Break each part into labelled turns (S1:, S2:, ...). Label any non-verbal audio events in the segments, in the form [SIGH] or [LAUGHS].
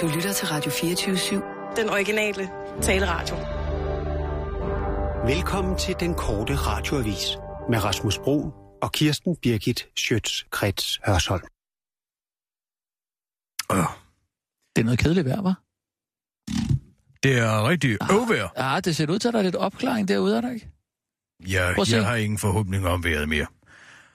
S1: Du lytter til Radio 24-7.
S2: Den originale taleradio.
S3: Velkommen til den korte radioavis med Rasmus Bro og Kirsten Birgit Schøtz-Krets Hørsholm.
S4: Øh.
S5: Det er noget kedeligt vejr, var.
S4: Det er rigtig øvvejr.
S5: Ah, ah, det ser ud til, at der er lidt opklaring derude, er der ikke?
S4: Ja,
S5: Prøv at se.
S4: jeg har ingen forhåbning om vejret mere.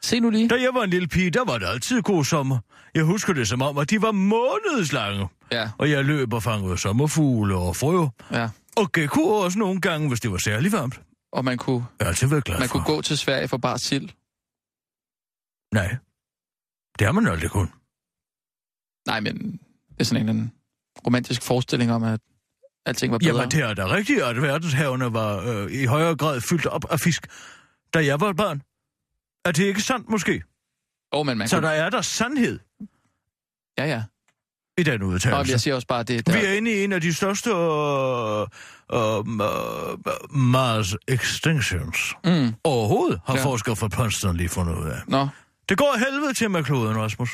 S5: Se nu lige.
S4: Da jeg var en lille pige, der var det altid god sommer. Jeg husker det som om, at de var månedslange.
S5: Ja,
S4: Og jeg løb og fangede sommerfugle og frø.
S5: ja.
S4: Og gecko også nogle gange, hvis det var særlig varmt.
S5: Og man kunne,
S4: Jeg har altid været glad
S5: man
S4: for.
S5: kunne gå til Sverige for bare sild.
S4: Nej, det har man aldrig kun.
S5: Nej, men det er sådan en eller anden romantisk forestilling om, at alting var bedre.
S4: Jamen, det er da rigtigt, at verdenshavene var øh, i højere grad fyldt op af fisk, da jeg var et barn. Er det ikke sandt, måske?
S5: oh, men man
S4: Så
S5: kunne...
S4: der er der sandhed
S5: Ja, ja.
S4: i den
S5: Nå, men
S4: udtalelse.
S5: jeg siger også bare, at det,
S4: Der...
S5: der...
S4: Vi er inde i en af de største øh, øh, øh, Mars extinctions.
S5: Mm.
S4: Overhovedet har
S5: Ja.
S4: ja. forskere fra Princeton lige fundet ud af.
S5: Nå,
S4: Det går af helvede til med kloden, Rasmus.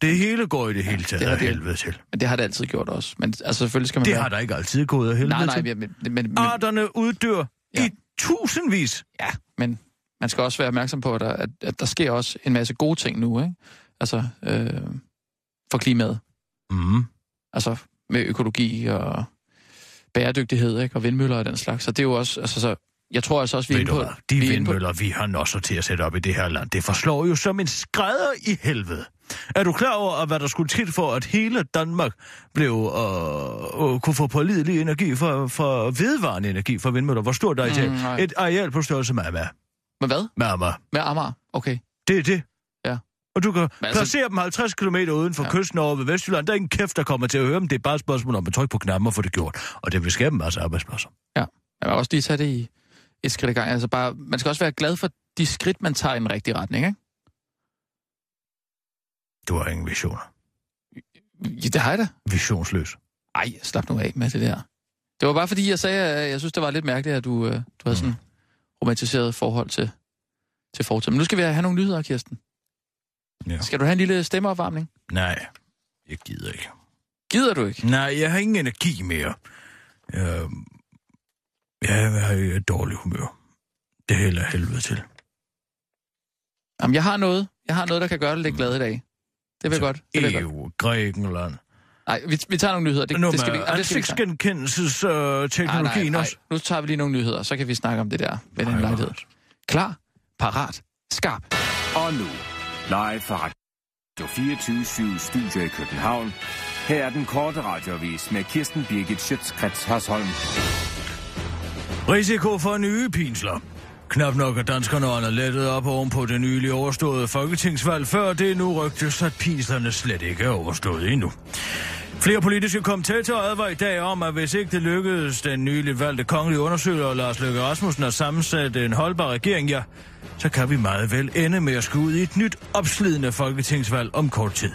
S4: Det hele går i det hele taget
S5: det
S4: det
S5: har
S4: af
S5: det.
S4: helvede til.
S5: men det har det altid gjort også. Men altså, selvfølgelig skal man...
S4: Det
S5: være-
S4: har der ikke altid Ah. gået af helvede
S5: Nej, nej,
S4: til.
S5: men, men, men, men,
S4: Arterne uddør
S5: Ja.
S4: ja. i tusindvis.
S5: ja, men man skal også være opmærksom på, at der, at, at der sker også en masse gode ting nu, ikke? Altså, øh, for klimaet.
S4: Mm.
S5: Altså, med økologi og bæredygtighed, ikke? Og vindmøller og den slags. Så det er jo også... Altså, så, jeg tror altså også, vi er
S4: Ved
S5: inde
S4: du
S5: på...
S4: hvad, de
S5: vi er inde på-
S4: vindmøller, vi har nosser til at sætte op i det her land, det forslår jo som en skrædder i helvede. Er du klar over, hvad der skulle til for, at hele Danmark blev, øh, øh, kunne få pålidelig energi fra, fra vedvarende energi fra vindmøller? Hvor stort der er
S5: Mm, nej.
S4: mm, Et areal på størrelse med Amager.
S5: Med hvad?
S4: Med Amager.
S5: Med Amager? Okay.
S4: Det er det.
S5: Ja.
S4: Og du kan
S5: altså-
S4: placere dem 50 km uden for
S5: Ja.
S4: ja. kysten over ved Vestjylland. Der er ingen kæft, der kommer til at høre dem. Det er bare et spørgsmål om at trykke på knappen og få det gjort. Og det vil skabe en masse arbejdspladser.
S5: Man må også lige tage det i et skridt ad gangen. Altså bare, man skal også være glad for de skridt, man tager i den rigtige retning, ikke?
S4: Du har ingen visioner.
S5: Ja, det har jeg da.
S4: Visionsløs.
S5: Ej, slap nu af med det der. Det var bare fordi, jeg sagde, at jeg synes, det var lidt mærkeligt, at du, øh, du havde sådan romantiseret forhold til, til fortiden. Men nu skal vi have nogle nyheder, Kirsten.
S4: Ja.
S5: Skal du have en lille stemmeopvarmning?
S4: Nej, jeg gider ikke.
S5: Gider du ikke?
S4: Nej, jeg har ingen energi mere. Jeg, jeg har i et dårligt humør. Det hælder jeg helvede til.
S5: Jamen, jeg har noget. Jeg har noget, der kan gøre dig lidt glad i dag. Det vil jeg godt. Det vil jeg godt.
S4: Altså, EU, E Grækenland.
S5: Nej, vi, vi tager nogle nyheder. Det,
S4: Nu
S5: det skal vi,
S4: med
S5: jamen, det skal vi ikke snakke- Nej, nej,
S4: ansigtsgenkendelsesteknologien
S5: nej.
S4: også.
S5: Nu tager vi lige nogle nyheder, så kan vi snakke om det der ved den
S4: Ej,
S5: lejlighed.
S4: Lars.
S5: Klar, parat, skarp.
S6: Og nu, live fra Radio 24 Studio i København. Her er den korte radiovis med Kirsten Birgit Schøtzgrads Hasholm.
S4: Risiko for nye pinsler. Knap nok er danskerne ånder lettet op oven på det nylig overståede folketingsvalg, før det nu rygtes, at pinslerne slet ikke er overstået endnu. Flere politiske kommentatorer advarer i dag om, at hvis ikke det lykkedes den nylig valgte kongelige undersøger Lars Løkke Rasmussen at sammensætte en holdbar regering, ja, så kan vi meget vel ende med at skulle ud i et nyt opslidende folketingsvalg om kort tid.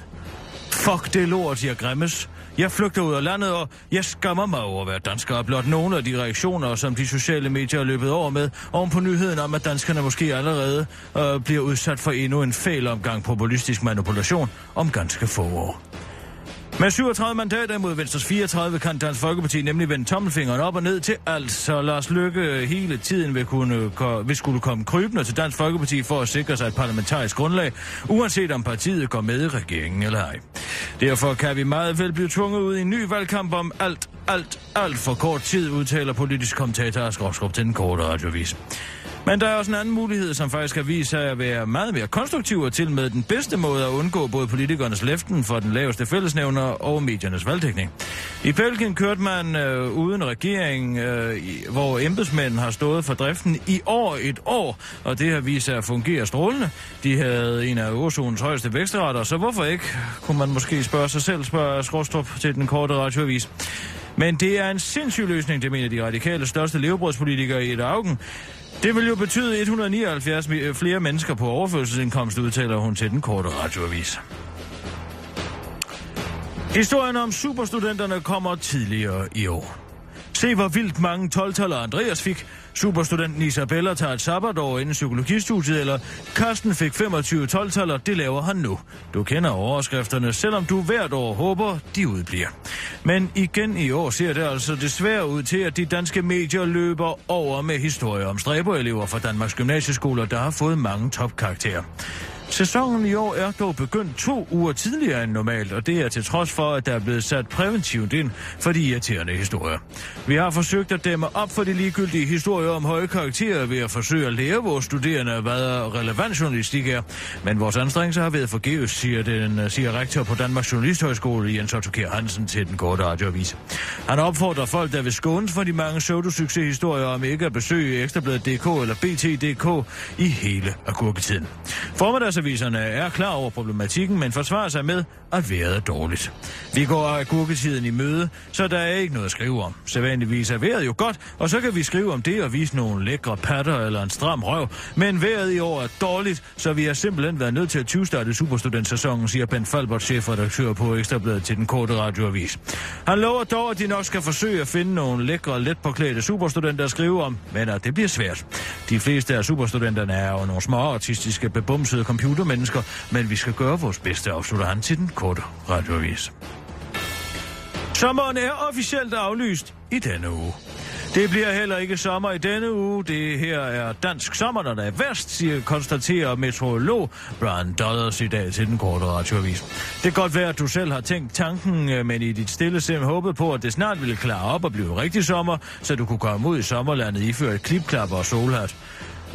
S4: Fuck det lort, jeg græmmes. Jeg flygter ud af landet, og jeg skammer mig over at være dansker. Og blot nogle af de reaktioner, som de sociale medier er løbet over med, oven på nyheden om, at danskerne måske allerede øh, bliver udsat for endnu en fæl omgang populistisk manipulation om ganske få år. Med 37 mandater mod Venstres 34 kan Dansk Folkeparti nemlig vende tommelfingeren op og ned til alt, så Lars Løkke hele tiden vil, kunne, ko- vil skulle komme krybende til Dansk Folkeparti for at sikre sig et parlamentarisk grundlag, uanset om partiet går med i regeringen eller ej. Derfor kan vi meget vel blive tvunget ud i en ny valgkamp om alt, alt, alt for kort tid, udtaler politisk kommentator Asgaard til den korte radiovis. Men der er også en anden mulighed, som faktisk har vist sig at være meget mere konstruktiv og til med den bedste måde at undgå både politikernes leften for den laveste fællesnævner og mediernes valgdækning. I Belgien kørte man øh, uden regering, øh, i- hvor embedsmænd har stået for driften i år et år, og det har vist sig at fungere strålende. De havde en af eurozonens højeste vækstrater, så hvorfor ikke, kunne man måske spørge sig selv, spørger Skråstrup til den korte radioavis. Men det er en sindssyg løsning, det mener de radikale største levebrødspolitikere i et augen. Det vil jo betyde 179 mi- øh, flere mennesker på overførselsindkomst, udtaler hun til den korte radioavis. Historien om superstudenterne kommer tidligere i år. Se, hvor vildt mange 12 Andreas fik. Superstudenten Isabella tager et sabbatår inden psykologistudiet, eller Karsten fik 25 12 det laver han nu. Du kender overskrifterne, selvom du hvert år håber, de udbliver. Men igen i år ser det altså desværre ud til, at de danske medier løber over med historier om stræberelever fra Danmarks gymnasieskoler, der har fået mange topkarakterer. Sæsonen i år er dog begyndt to uger tidligere end normalt, og det er til trods for, at der er blevet sat præventivt ind for de irriterende historier. Vi har forsøgt at dæmme op for de ligegyldige historier om høje karakterer ved at forsøge at lære vores studerende, hvad relevant journalistik er. Men vores anstrengelser har været forgæves, siger, den, siger rektor på Danmarks Journalisthøjskole Jens Otto Kjær Hansen til den korte radioavis. Han opfordrer folk, der vil skånes for de mange pseudosucceshistorier om ikke at besøge Ekstrabladet.dk eller BT.dk i hele agurketiden. Formiddagsaviserne er klar over problematikken, men forsvarer sig med, at vejret er dårligt. Vi går agurketiden i møde, så der er ikke noget at skrive om. Sædvanligvis er vejret jo godt, og så kan vi skrive om det og vise nogle lækre patter eller en stram røv. Men vejret i år er dårligt, så vi har simpelthen været nødt til at tyvstarte superstudentsæsonen, siger Ben Falbert, chefredaktør på Ekstrabladet til den korte radioavis. Han lover dog, at de nok skal forsøge at finde nogle lækre, let påklædte superstudenter at skrive om, men at det bliver svært. De fleste af superstudenterne er jo nogle små artistiske, bebumsede computermennesker, men vi skal gøre vores bedste, afslutter han til den korte radioavis. Sommeren er officielt aflyst i denne uge. Det bliver heller ikke sommer i denne uge. Det her er dansk sommer, når der er værst, siger konstaterer meteorolog Brian Dollars i dag til den korte radioavis. Det kan godt være, at du selv har tænkt tanken, øh, men i dit stille sind håbede på, at det snart ville klare op og blive rigtig sommer, så du kunne komme ud i sommerlandet iført klipklapper og solhat.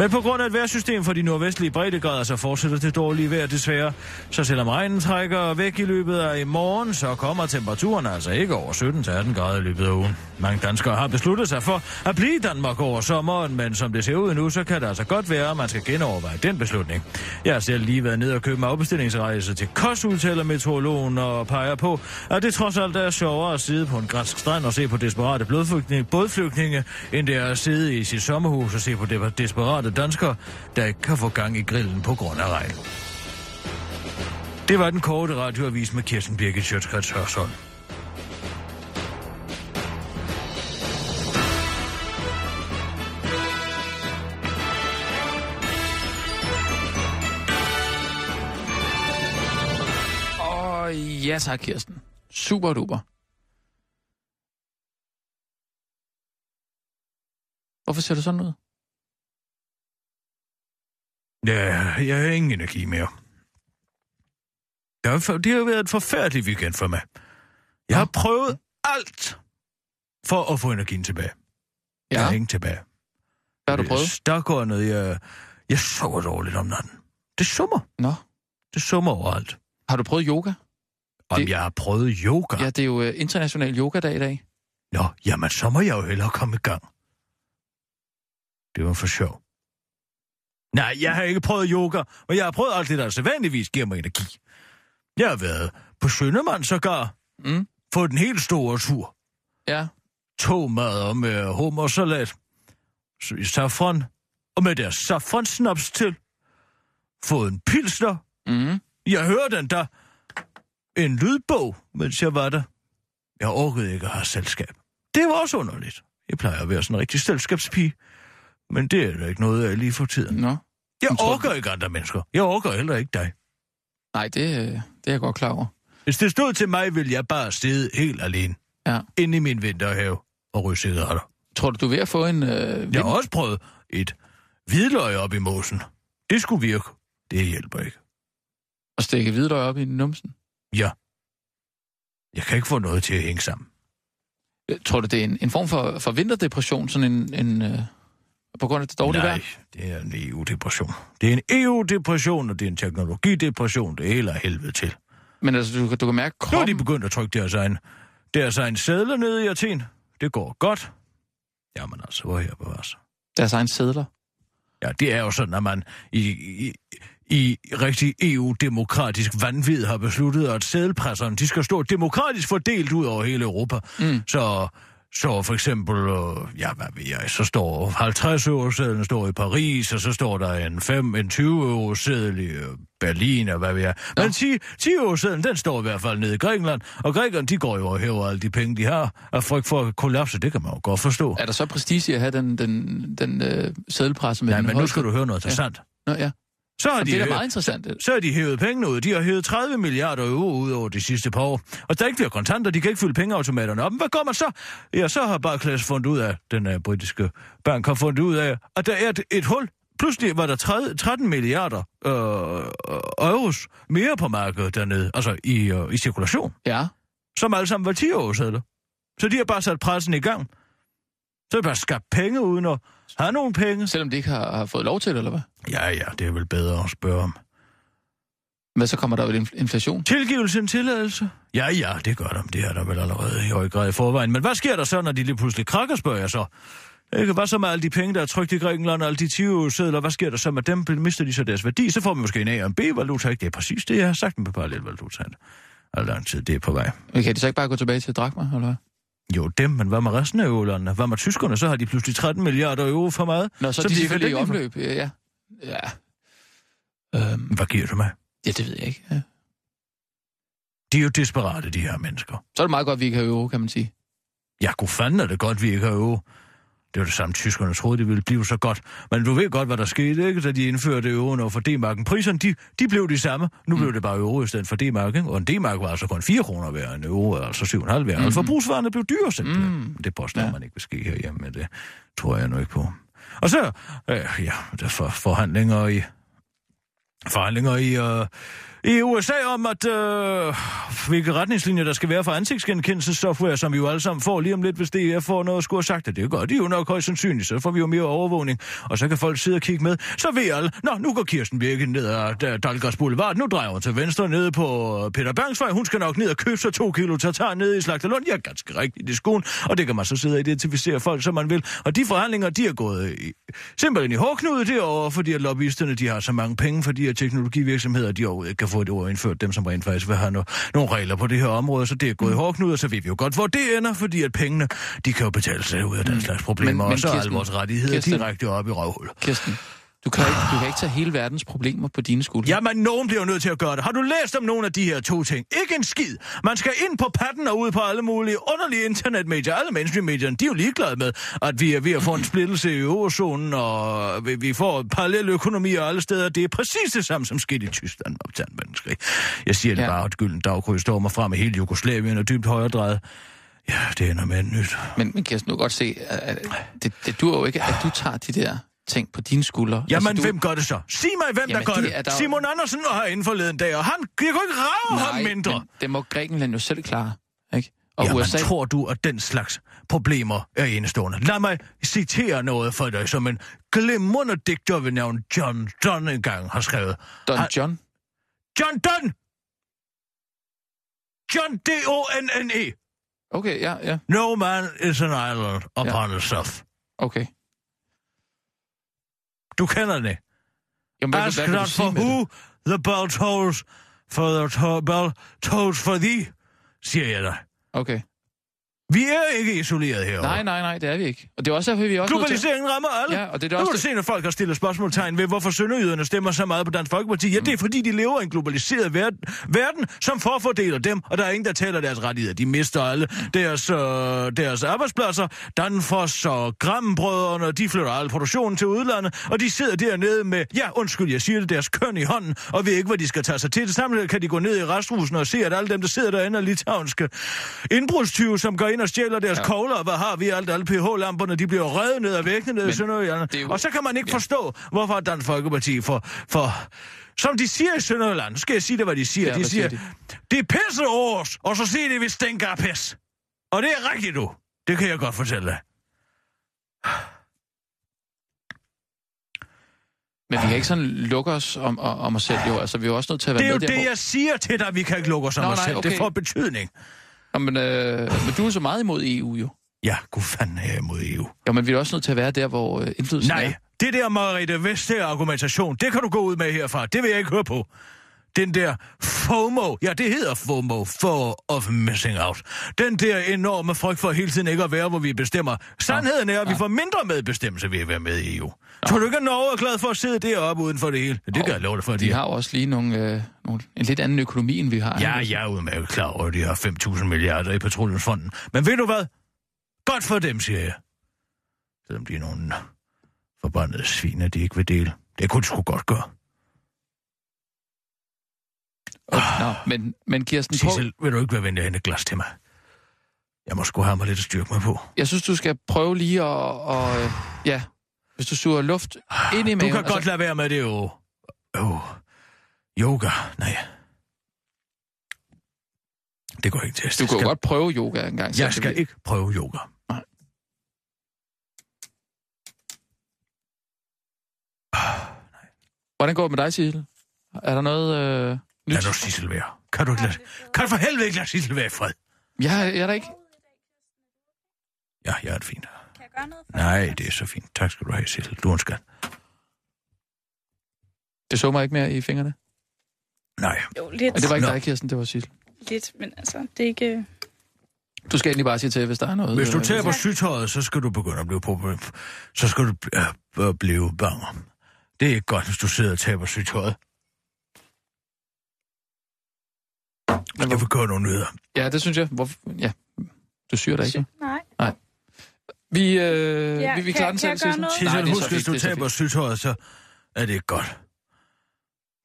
S4: Men på grund af et vejrsystem for de nordvestlige breddegrader, så fortsætter det dårlige vejr desværre. Så selvom regnen trækker væk i løbet af i morgen, så kommer temperaturen altså ikke over 17-18 grader i løbet af ugen. Mange danskere har besluttet sig for at blive i Danmark over sommeren, men som det ser ud nu, så kan det altså godt være, at man skal genoverveje den beslutning. Jeg har selv lige været ned og købe en afbestillingsrejse til Kos, udtaler meteorologen og peger på, at det trods alt er sjovere at sidde på en græsk strand og se på desperate blodflygtninge, bådflygtninge, end det er at sidde i sit sommerhus og se på de- desperate danskere, der ikke kan få gang i grillen på grund af regn. Det var den korte radioavis med Kirsten Birgit Sjøtskrets Hørsholm.
S5: Åh, ja tak, Kirsten. Super duper. Hvorfor ser du sådan ud?
S4: Ja, jeg har ingen energi mere. Det har, for- det har været et forfærdeligt weekend for mig. Jeg har prøvet alt for at få energien tilbage. Jeg har
S5: Ja,
S4: ingen tilbage.
S5: hvad har du
S4: Jeg
S5: prøvet?
S4: Stakker noget. Jeg, jeg sover dårligt om natten. Det summer.
S5: Nå,
S4: Det summer overalt.
S5: har du prøvet yoga?
S4: Om
S5: Det-
S4: jeg har prøvet yoga.
S5: Ja, det er jo øh, international yogadag i dag.
S4: Nå, jamen så må jeg jo hellere komme i gang. Det var for sjov. Nej, jeg har ikke prøvet yoga, men jeg har prøvet alt det, der sædvanligvis giver mig energi. Jeg har været på Søndermand sågar.
S5: Mm.
S4: På den helt store tur.
S5: Ja,
S4: Togmadder med hummersalat, s- i safran, og med deres safransnaps til. Fået en pilsner.
S5: mm.
S4: Jeg hørte den der. En lydbog, mens jeg var der. Jeg orkede ikke at have selskab. Det var også underligt. Jeg plejer at være sådan en rigtig selskabspige. Men det er der ikke noget af lige for tiden.
S5: nå.
S4: Jeg
S5: Men tror du-
S4: orker ikke andre mennesker. Jeg orker heller ikke dig.
S5: Nej, det, øh, det er jeg godt klar over.
S4: Hvis det stod til mig, ville jeg bare sidde helt alene.
S5: Ja.
S4: Inde i min vinterhave og ryge cigaretter.
S5: Tror du, du er ved at få en... Øh,
S4: Jeg
S5: vind-
S4: har også prøvet et hvidløg op i mosen. Det skulle virke. Det hjælper ikke.
S5: at stikke hvidløg op i numsen?
S4: Jeg kan ikke få noget til at hænge sammen.
S5: Øh, Tror du, det er en, en form for, for vinterdepression, sådan en... en øh, på grund af det dårlige
S4: Nej,
S5: vejr?
S4: det er en EU-depression. Det er en EU-depression, og det er en teknologidepression. Det hele er helvede til.
S5: Men altså, du, kan- du kan mærke
S4: Nu er de
S5: kroppen...
S4: begyndt at trykke deres egen, deres egen sædler ned i Athen. Det går godt. Jamen altså, hvor er jeg bevares.
S5: deres egen sædler.
S4: Ja, det er jo sådan, at man i, i, i rigtig EU-demokratisk vanvid har besluttet, at sædelpresserne, de skal stå demokratisk fordelt ud over hele Europa.
S5: Mm.
S4: Så, så for eksempel, øh, ja, hvad ved jeg, så står 50 euro sædlen står i Paris, og så står der en 5, en 20 euro seddel i øh, Berlin, og hvad ved jeg. Men 10, 10 euro sædlen, den står i hvert fald nede i Grækenland, og grækerne, de går jo og hæver alle de penge, de har, af frygt for at kollapse, det kan man jo godt forstå.
S5: Er der så prestige i at have den, den, den øh, sædelpresse med
S4: Nej,
S5: den
S4: men nu
S5: højeste-
S4: skal du høre noget interessant.
S5: Nå, ja.
S4: Så har,
S5: Og
S4: de,
S5: det er da
S4: hæ-
S5: meget interessant.
S4: så har de hævet pengene ud. De har hævet 30 milliarder euro ud over de sidste par år. Og der er ikke flere kontanter, de kan ikke fylde pengeautomaterne op. Men hvad gør man så? Ja, så har Barclays fundet ud af, den uh, britiske bank har fundet ud af, at der er et, et hul. Pludselig var der 30, 13 milliarder øh, euros mere på markedet dernede, altså i, øh, i cirkulation
S5: Ja.
S4: som alle sammen var 10 år sædler. Så de har bare sat pressen i gang. Så har de bare skabt penge uden at have nogen penge.
S5: Selvom de ikke har, har fået lov til det, eller hvad?
S4: Ja, ja, det er vel bedre at spørge om.
S5: Hvad så kommer der vel inf- inflation?
S4: Tilgivelse en tilladelse? Ja, ja, det gør de. Det er der vel allerede i høj grad i forvejen. Men hvad sker der så, når de lige pludselig krakker, spørger jeg så? Ikke? Hvad så med alle de penge, der er trygt i Grækenland, og alle de 20 sædler? Hvad sker der så med dem? Mister de så deres værdi? Så får man måske en A og en B-valuta, ikke? Det er præcis det, jeg har sagt med parallelvalutaen. Og lang tid, det er på vej.
S5: Men Kan de så ikke bare gå tilbage til Drakma, eller hvad?
S4: Jo, dem, men hvad med resten af eurolandene? Hvad med tyskerne? Så har de pludselig 13 milliarder euro for meget.
S5: Nå, så, så
S4: som
S5: de
S4: ikke
S5: selvfølgelig i
S4: har dækning
S5: omløb. Ja, ja. Ja. Øhm,
S4: for. Hvad giver du mig?
S5: ja, det ved jeg ikke. Ja.
S4: De er jo desperate, de her mennesker.
S5: Så er det meget godt, at vi ikke har euro, kan man sige.
S4: Ja, god fanden er det godt, vi ikke har euro. Det var det samme, tyskerne troede, det ville blive så godt. Men du ved godt, hvad der skete, ikke? Da de indførte euroen over for D-marken. Priserne, de, de blev de samme. Nu blev det bare euro i stedet for D-mark, ikke? Og en D-mark var altså kun 4 kroner værd, en euro er altså 7,5 værd. Mm. Og forbrugsvarerne blev dyre simpelthen.
S5: Mm.
S4: Mm. Det påstår
S5: Ja.
S4: ja. man ikke vil ske herhjemme, men det tror jeg nu ikke på. Og så, øh, ja, der er for, forhandlinger i forhandlinger i, øh, i USA om, at øh, hvilke retningslinjer der skal være for ansigtsgenkendelsessoftware, som vi jo alle sammen får lige om lidt, hvis DF får noget at skulle have sagt, at det gør de jo nok højst sandsynligt, så får vi jo mere overvågning, og så kan folk sidde og kigge med. Så ved alle, nå, nu går Kirsten Birke ned ad øh, Dalgas Boulevard, nu drejer hun til venstre ned på øh, Peter Bergsvej, hun skal nok ned og købe sig to kilo tatar nede i Slagterlund, ja, ganske rigtigt i skoen, og det kan man så sidde og identificere folk, som man vil. Og de forhandlinger, de er gået i, simpelthen i hårdknude derovre, fordi at lobbyisterne, de har så mange penge, fordi at teknologivirksomheder, de overhovedet ikke kan få et ord indført, dem som rent faktisk vil have no- nogle regler på det her område, så det er gået i hårdknude, og så ved vi jo godt, hvor det ender, fordi at pengene, de kan jo betale sig ud af den slags problemer,
S5: Men-
S4: men,
S5: men
S4: men og så er alle
S5: Kirsten-
S4: vores rettigheder
S5: Kirsten-
S4: Kirsten. direkte op i røvhullet.
S5: Kirsten, du kan, ikke, du kan ikke tage hele verdens problemer på dine skuldre.
S4: Jamen, nogen bliver jo nødt til at gøre det. Har du læst om nogle af de her to ting? Ikke en skid. Man skal ind på patten og ud på alle mulige underlige internetmedier. Alle mainstream-medierne, de er jo ligeglade med, at vi er ved at få en splittelse i eurozonen, og vi- vi får parallel økonomi og alle steder. Det er præcis det samme, som skete i Tyskland op til anden verdenskrig. Jeg siger det
S5: Ja.
S4: ja. bare, at gylden dagkryds stormer frem i hele Jugoslavien og dybt højredrejet. Ja, det ender med et nyt.
S5: Men, men Kirsten, du kan godt se, at, at det, det dur jo ikke, at du tager de der ting på dine skuldre.
S4: Jamen,
S5: du,
S4: altså, du... hvem gør det så? Sig mig, hvem
S5: Jamen,
S4: der gør
S5: det
S4: det.
S5: er der jo-
S4: Simon Andersen var herinde forleden dag, og han... Jeg kunne ikke rave ham mindre.
S5: Men det må Grækenland jo selv klare, ikke? Og
S4: Og Jamen,
S5: USA...
S4: USA... tror du, at den slags problemer er enestående? Lad mig citere noget for dig, som en glimrende digter ved navn John Donne engang har skrevet.
S5: Don
S4: Han-
S5: John?
S4: John Donne! John D-O-N-N-E.
S5: Okay, ja, ja,
S4: No man is an island upon a self.
S5: okay.
S4: Du kender den ikke.
S5: Jamen, hvad,
S4: Ask
S5: hvad, hvad vil
S4: not
S5: du sige
S4: for
S5: med det?
S4: who the bell tolls for the to- bell tolls for thee, siger jeg dig.
S5: Okay.
S4: Vi er ikke isoleret herovre.
S5: Nej, nej, nej, det er vi ikke. Og det er også derfor, vi er også nødt til-
S4: Globaliseringen rammer alle.
S5: Ja, og det er da
S4: nu
S5: også
S4: kan du
S5: det-
S4: se, når folk har stillet spørgsmålstegn ved, hvorfor sønderjyderne stemmer så meget på Dansk Folkeparti. Ja, det er fordi, de lever i en globaliseret verden, verden som forfordeler dem, og der er ingen, der taler deres rettigheder. De mister alle deres, øh, deres arbejdspladser. Danfoss og Grambrødrene, de flytter al produktionen til udlandet, og de sidder dernede med, ja, undskyld, jeg siger det, deres køn i hånden, og ved ikke, hvad de skal tage sig til. Det samme kan de gå ned i resthusen og se, at alle dem, der sidder derinde, er litauiske indbrudstyve, som går ind og stjæler deres ja. kogler, og hvad har vi alt, alle pH-lamperne, de bliver revet ned af væggene ned i Sønderjylland.
S5: det er jo-
S4: Og så kan man ikke ja. forstå, hvorfor Dansk Folkeparti for, for... Som de siger i Sønderjylland, nu skal jeg sige det, hvad de siger.
S5: Ja,
S4: de
S5: hvad siger
S4: siger, det er pisse over os, og så siger de, vi stinker af pis. Og det er rigtigt, du. Det kan jeg godt fortælle dig.
S5: Men vi kan ikke sådan lukke os om, om, om os selv, jo. Altså, vi er jo også nødt til at være
S4: Det er jo
S5: med der,
S4: det, jeg siger til dig, vi kan ikke lukke os om
S5: Nå,
S4: os
S5: nej,
S4: selv.
S5: okay.
S4: Det får betydning.
S5: Nå, men, øh, men du er så meget imod EU, jo.
S4: Ja, gud fanden er jeg imod E EU.
S5: Jo, men vi er også nødt til at være der, hvor øh, indflydelsen er.
S4: Nej, det der Margrethe Vestager argumentation, det kan du gå ud med herfra. Det vil jeg ikke høre på. Den der FOMO, ja det hedder FOMO, Fear of Missing Out. Den der enorme frygt for hele tiden ikke at være, hvor vi bestemmer. Sandheden er, at vi får mindre medbestemmelse ved at være med i EU. Tror du ikke, at Norge er glad for at sidde deroppe uden for det hele? Det kan jeg love dig for, at
S5: De
S4: de
S5: har jo også lige nogle, øh, nogle, en lidt anden økonomi, end vi har.
S4: Ja, jeg er udmærket klar over, at de har 5.000 milliarder i petroleumsfonden. Men ved du hvad? Godt for dem, siger jeg. Selvom de er nogle forbandede svin, at de ikke vil dele. Det kunne de sgu godt gøre.
S5: Og, nå, men, men Kirsten Poul,
S4: Sissel, vil du ikke være venlig at hente et glas til mig? Jeg må sgu have mig lidt at styrke mig på.
S5: jeg synes, du skal prøve lige at... Og, øh, ja, hvis du suger luft ind i
S4: Du
S5: maven...
S4: kan godt lade være med det, jo. Oh. Yoga, nej. Det går ikke til.
S5: Du kan jo godt prøve yoga en gang.
S4: Jeg skal ikke prøve yoga.
S5: Nej. Hvordan går det med dig, Sissel? Er der noget øh, nyt?
S4: Lad nu Sissel være. Kan du ikke lade... Kan du for helvede ikke lade Sissel være i fred?
S5: Jeg, jeg er der ikke.
S4: Ja, jeg er det fint.
S7: Kan jeg gøre noget for
S4: Nej, det er så fint. Tak skal du have, Sissel. Du er en skat.
S5: Det så mig ikke mere i fingrene.
S4: Nej.
S7: Jo, lidt,
S5: Og det var ikke
S4: Nå.
S5: dig, Kirsten, det var Sissel.
S7: lidt, men altså, det er ikke...
S5: Du skal egentlig bare sige til, hvis der er noget.
S4: Hvis du
S5: øh,
S4: taber sygtøjet, så skal du begynde at blive problem. Så skal du øh, øh, blive banger. Det er ikke godt, hvis du sidder og taber sygtøjet.
S5: Men
S4: Skal vi gøre nogle nyheder?
S5: Ja, det synes jeg. Hvor... Ja, du syr dig ikke.
S7: Nej.
S5: Vi, øh,
S7: Ja,
S5: vi, vi
S7: kan-
S5: klarer den
S7: kan
S5: selv,
S7: jeg gøre
S5: Sissel.
S7: noget?
S5: Nej,
S4: Sissel,
S5: det er så
S4: husk, hvis
S5: fint,
S4: du
S5: det er så
S4: taber
S5: fint.
S4: sygtøjet, så er det ikke godt.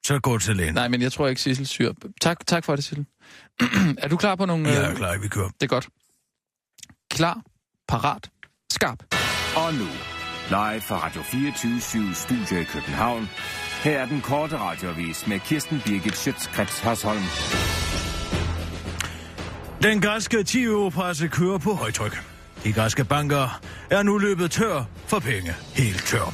S4: Så gå til lægen.
S5: Nej, men jeg tror ikke, Sissel syr. Tak, tak for det, Sissel. [CLEARS THROAT] er du klar på nogle... øh,
S4: Jeg er klar, vi kører.
S5: Det er godt. Klar, parat, skarp.
S6: Og nu, live fra Radio 24 Studio i København. Her er den korte radiovis med Kirsten Birgit Schøtzgrads Hasholm.
S4: Den græske 10-euro-presse kører på højtryk. De græske banker er nu løbet tør for penge. Helt tør.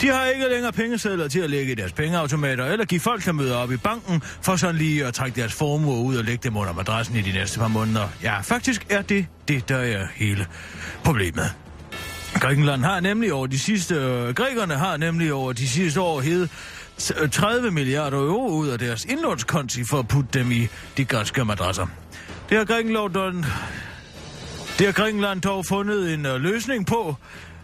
S4: De har ikke længere pengesedler til at lægge i deres pengeautomater, eller give folk, der møder op i banken, for sådan lige at trække deres formue ud og lægge dem under madrassen i de næste par måneder. Ja, faktisk er det det, der er hele problemet. Grækenland har nemlig over de sidste... Øh, grækerne har nemlig over de sidste år hævet t- øh, 30 milliarder euro ud af deres indlånskonti for at putte dem i de græske madrasser. Det har Grækenland dog, det har Grækenland dog fundet en øh, løsning på.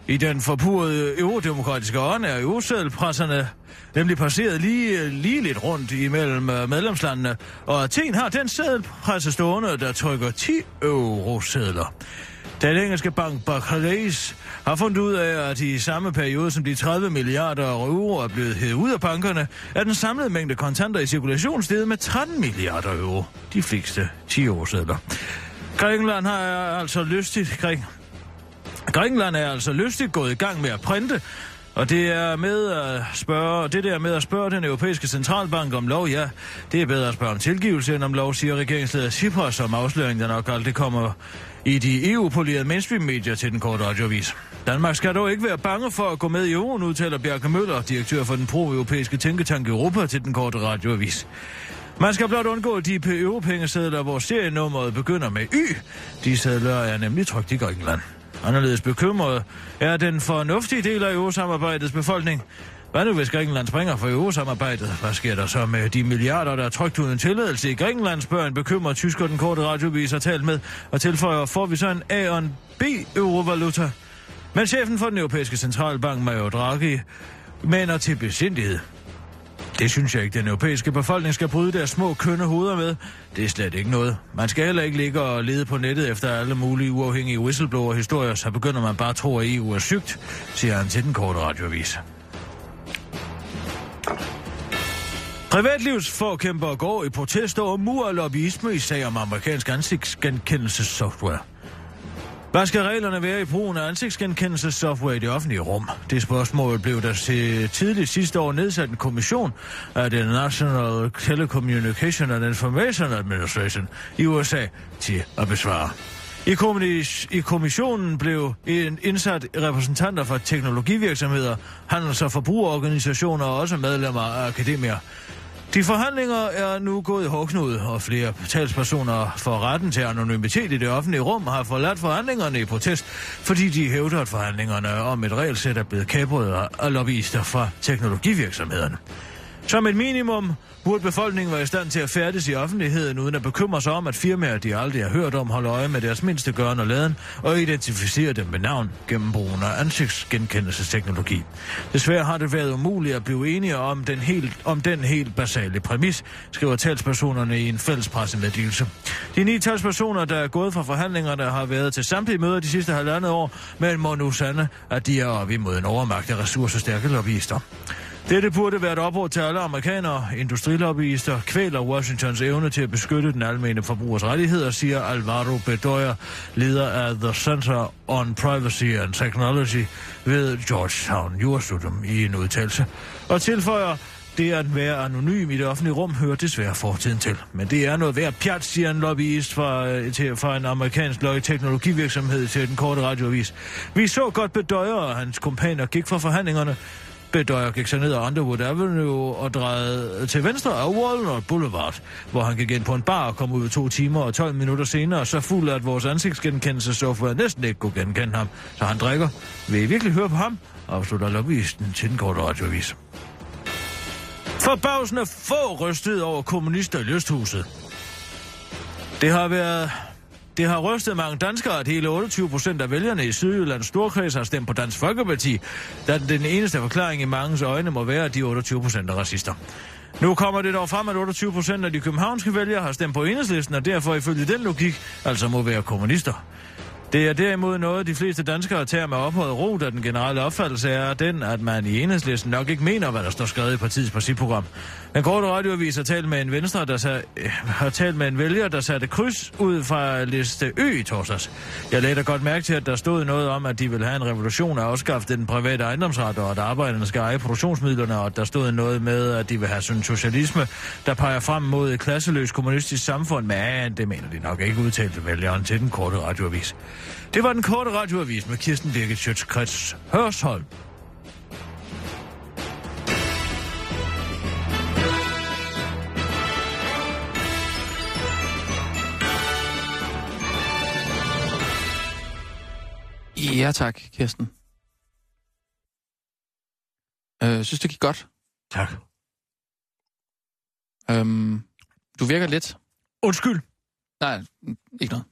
S4: I den forpurede eurodemokratiske ånd er euroseddelpresserne nemlig passeret lige, øh, lige lidt rundt imellem øh, medlemslandene, og Athen har den seddelpresse stående, der trykker 10 eurosedler. Den engelske bank Barclays har fundet ud af, at i samme periode som de 30 milliarder euro er blevet hævet ud af bankerne, er den samlede mængde kontanter i cirkulation steget med 13 milliarder euro. De fleste 10 år sædler. Grækenland har altså lystigt kring Grækenland er altså lystigt gået i gang med at printe, og det er med at spørge, det der med at spørge den europæiske centralbank om lov, ja, det er bedre at spørge om tilgivelse end om lov, siger regeringsleder Tsipras som afsløringen, der nok aldrig kommer i de EU-polerede mainstream-medier til den korte radiovis. Danmark skal dog ikke være bange for at gå med i euroen, udtaler Bjarke Møller, direktør for den pro-europæiske tænketank Europa til den korte radioavis. Man skal blot undgå de europengesedler, hvor serienummeret begynder med Y. De sedler er nemlig trygt i Grækenland. Anderledes bekymret er den fornuftige del af EU-samarbejdets befolkning. Hvad nu, hvis Grækenland springer for EU-samarbejdet? Hvad sker der så med de milliarder, der er trygt uden tilladelse i Grækenland, spørger en bekymret tysker, den korte radiovis har talt med, og tilføjer, får vi så en A og en B-eurovaluta? Men chefen for den europæiske centralbank, Mario Draghi, mener til besindighed. Det synes jeg ikke, den europæiske befolkning skal bryde deres små, kønne hoveder med. Det er slet ikke noget. Man skal heller ikke ligge og lede på nettet efter alle mulige uafhængige whistleblower-historier, så begynder man bare at tro, at EU er sygt, siger han til den korte radioavis. Privatlivsforkæmpere går i protest over mur og lobbyisme i sag om amerikansk ansigtsgenkendelsessoftware. Hvad skal reglerne være i brugen af ansigtsgenkendelsessoftware i det offentlige rum? Det spørgsmål blev der til tidligt sidste år nedsat en kommission af den National Telecommunication and Information Administration i USA til at besvare. I, kommunis- I kommissionen blev en indsat repræsentanter fra teknologivirksomheder, handels- og forbrugerorganisationer og også medlemmer af akademier. De forhandlinger er nu gået i hårdknud, og flere talspersoner for retten til anonymitet i det offentlige rum har forladt forhandlingerne i protest, fordi de hævder, at forhandlingerne om et regelsæt er blevet kæbret af lobbyister fra teknologivirksomhederne. Som et minimum burde befolkningen være i stand til at færdes i offentligheden, uden at bekymre sig om, at firmaer, de aldrig har hørt om, holder øje med deres mindste gøren og laden, og identificerer dem med navn gennem brugen af ansigtsgenkendelsesteknologi. Desværre har det været umuligt at blive enige om den helt, om den helt basale præmis, skriver talspersonerne i en fælles pressemeddelelse. De ni talspersoner, der er gået fra forhandlingerne, har været til samtlige møder de sidste halvandet år, men må nu sande, at de er oppe imod en overmagt af ressourcestærke lobbyister. Dette burde være et opråb til alle amerikanere. Industrilobbyister kvæler Washingtons evne til at beskytte den almene forbrugers rettigheder, siger Alvaro Bedoya, leder af The Center on Privacy and Technology ved Georgetown Jurastudium i en udtalelse. Og tilføjer, det at være anonym i det offentlige rum hører desværre fortiden til. Men det er noget værd pjat, siger en lobbyist fra, øh, til, fra en amerikansk løg- teknologivirksomhed til den korte radioavis. Vi så godt Bedøjer og hans kompaner gik fra forhandlingerne. Bedøjer gik så ned ad Underwood Avenue og drejede til venstre af Walnut Boulevard, hvor han gik ind på en bar og kom ud to timer og 12 minutter senere, så fuld at vores ansigtsgenkendelsessoftware næsten ikke kunne genkende ham. Så han drikker. Vil I virkelig høre på ham? Afslutter lobbyisten til den korte radioavis. Forbavsende få rystede over kommunister i lysthuset. Det har været... Det har rystet mange danskere, at hele 28 procent af vælgerne i Sydjyllands Storkreds har stemt på Dansk Folkeparti, da den eneste forklaring i mangens øjne må være, at de 28 procent er racister. Nu kommer det dog frem, at 28 procent af de københavnske vælgere har stemt på enhedslisten, og derfor ifølge den logik altså må være kommunister. Det er derimod noget, de fleste danskere tager med ophøjet ro, da den generelle opfattelse er den, at man i enhedslisten nok ikke mener, hvad der står skrevet i partiets partiprogram. Den korte radioavis har talt med en venstre, der sag, øh, har talt med en vælger, der satte kryds ud fra liste Ø i torsdags. Jeg lagde da godt mærke til, at der stod noget om, at de vil have en revolution og afskaffe den private ejendomsret, og at arbejderne skal eje produktionsmidlerne, og at der stod noget med, at de vil have sådan en socialisme, der peger frem mod et klasseløst kommunistisk samfund, men det mener de nok ikke, udtalte vælgeren til den korte radioavis. Det var den korte radioavis med Kirsten Birgit Schøtz-Krets Hørsholm.
S5: Ja tak, Kirsten. Øh, synes, det gik godt.
S4: Tak.
S5: Øhm, du virker lidt.
S4: Undskyld.
S5: Nej, ikke noget.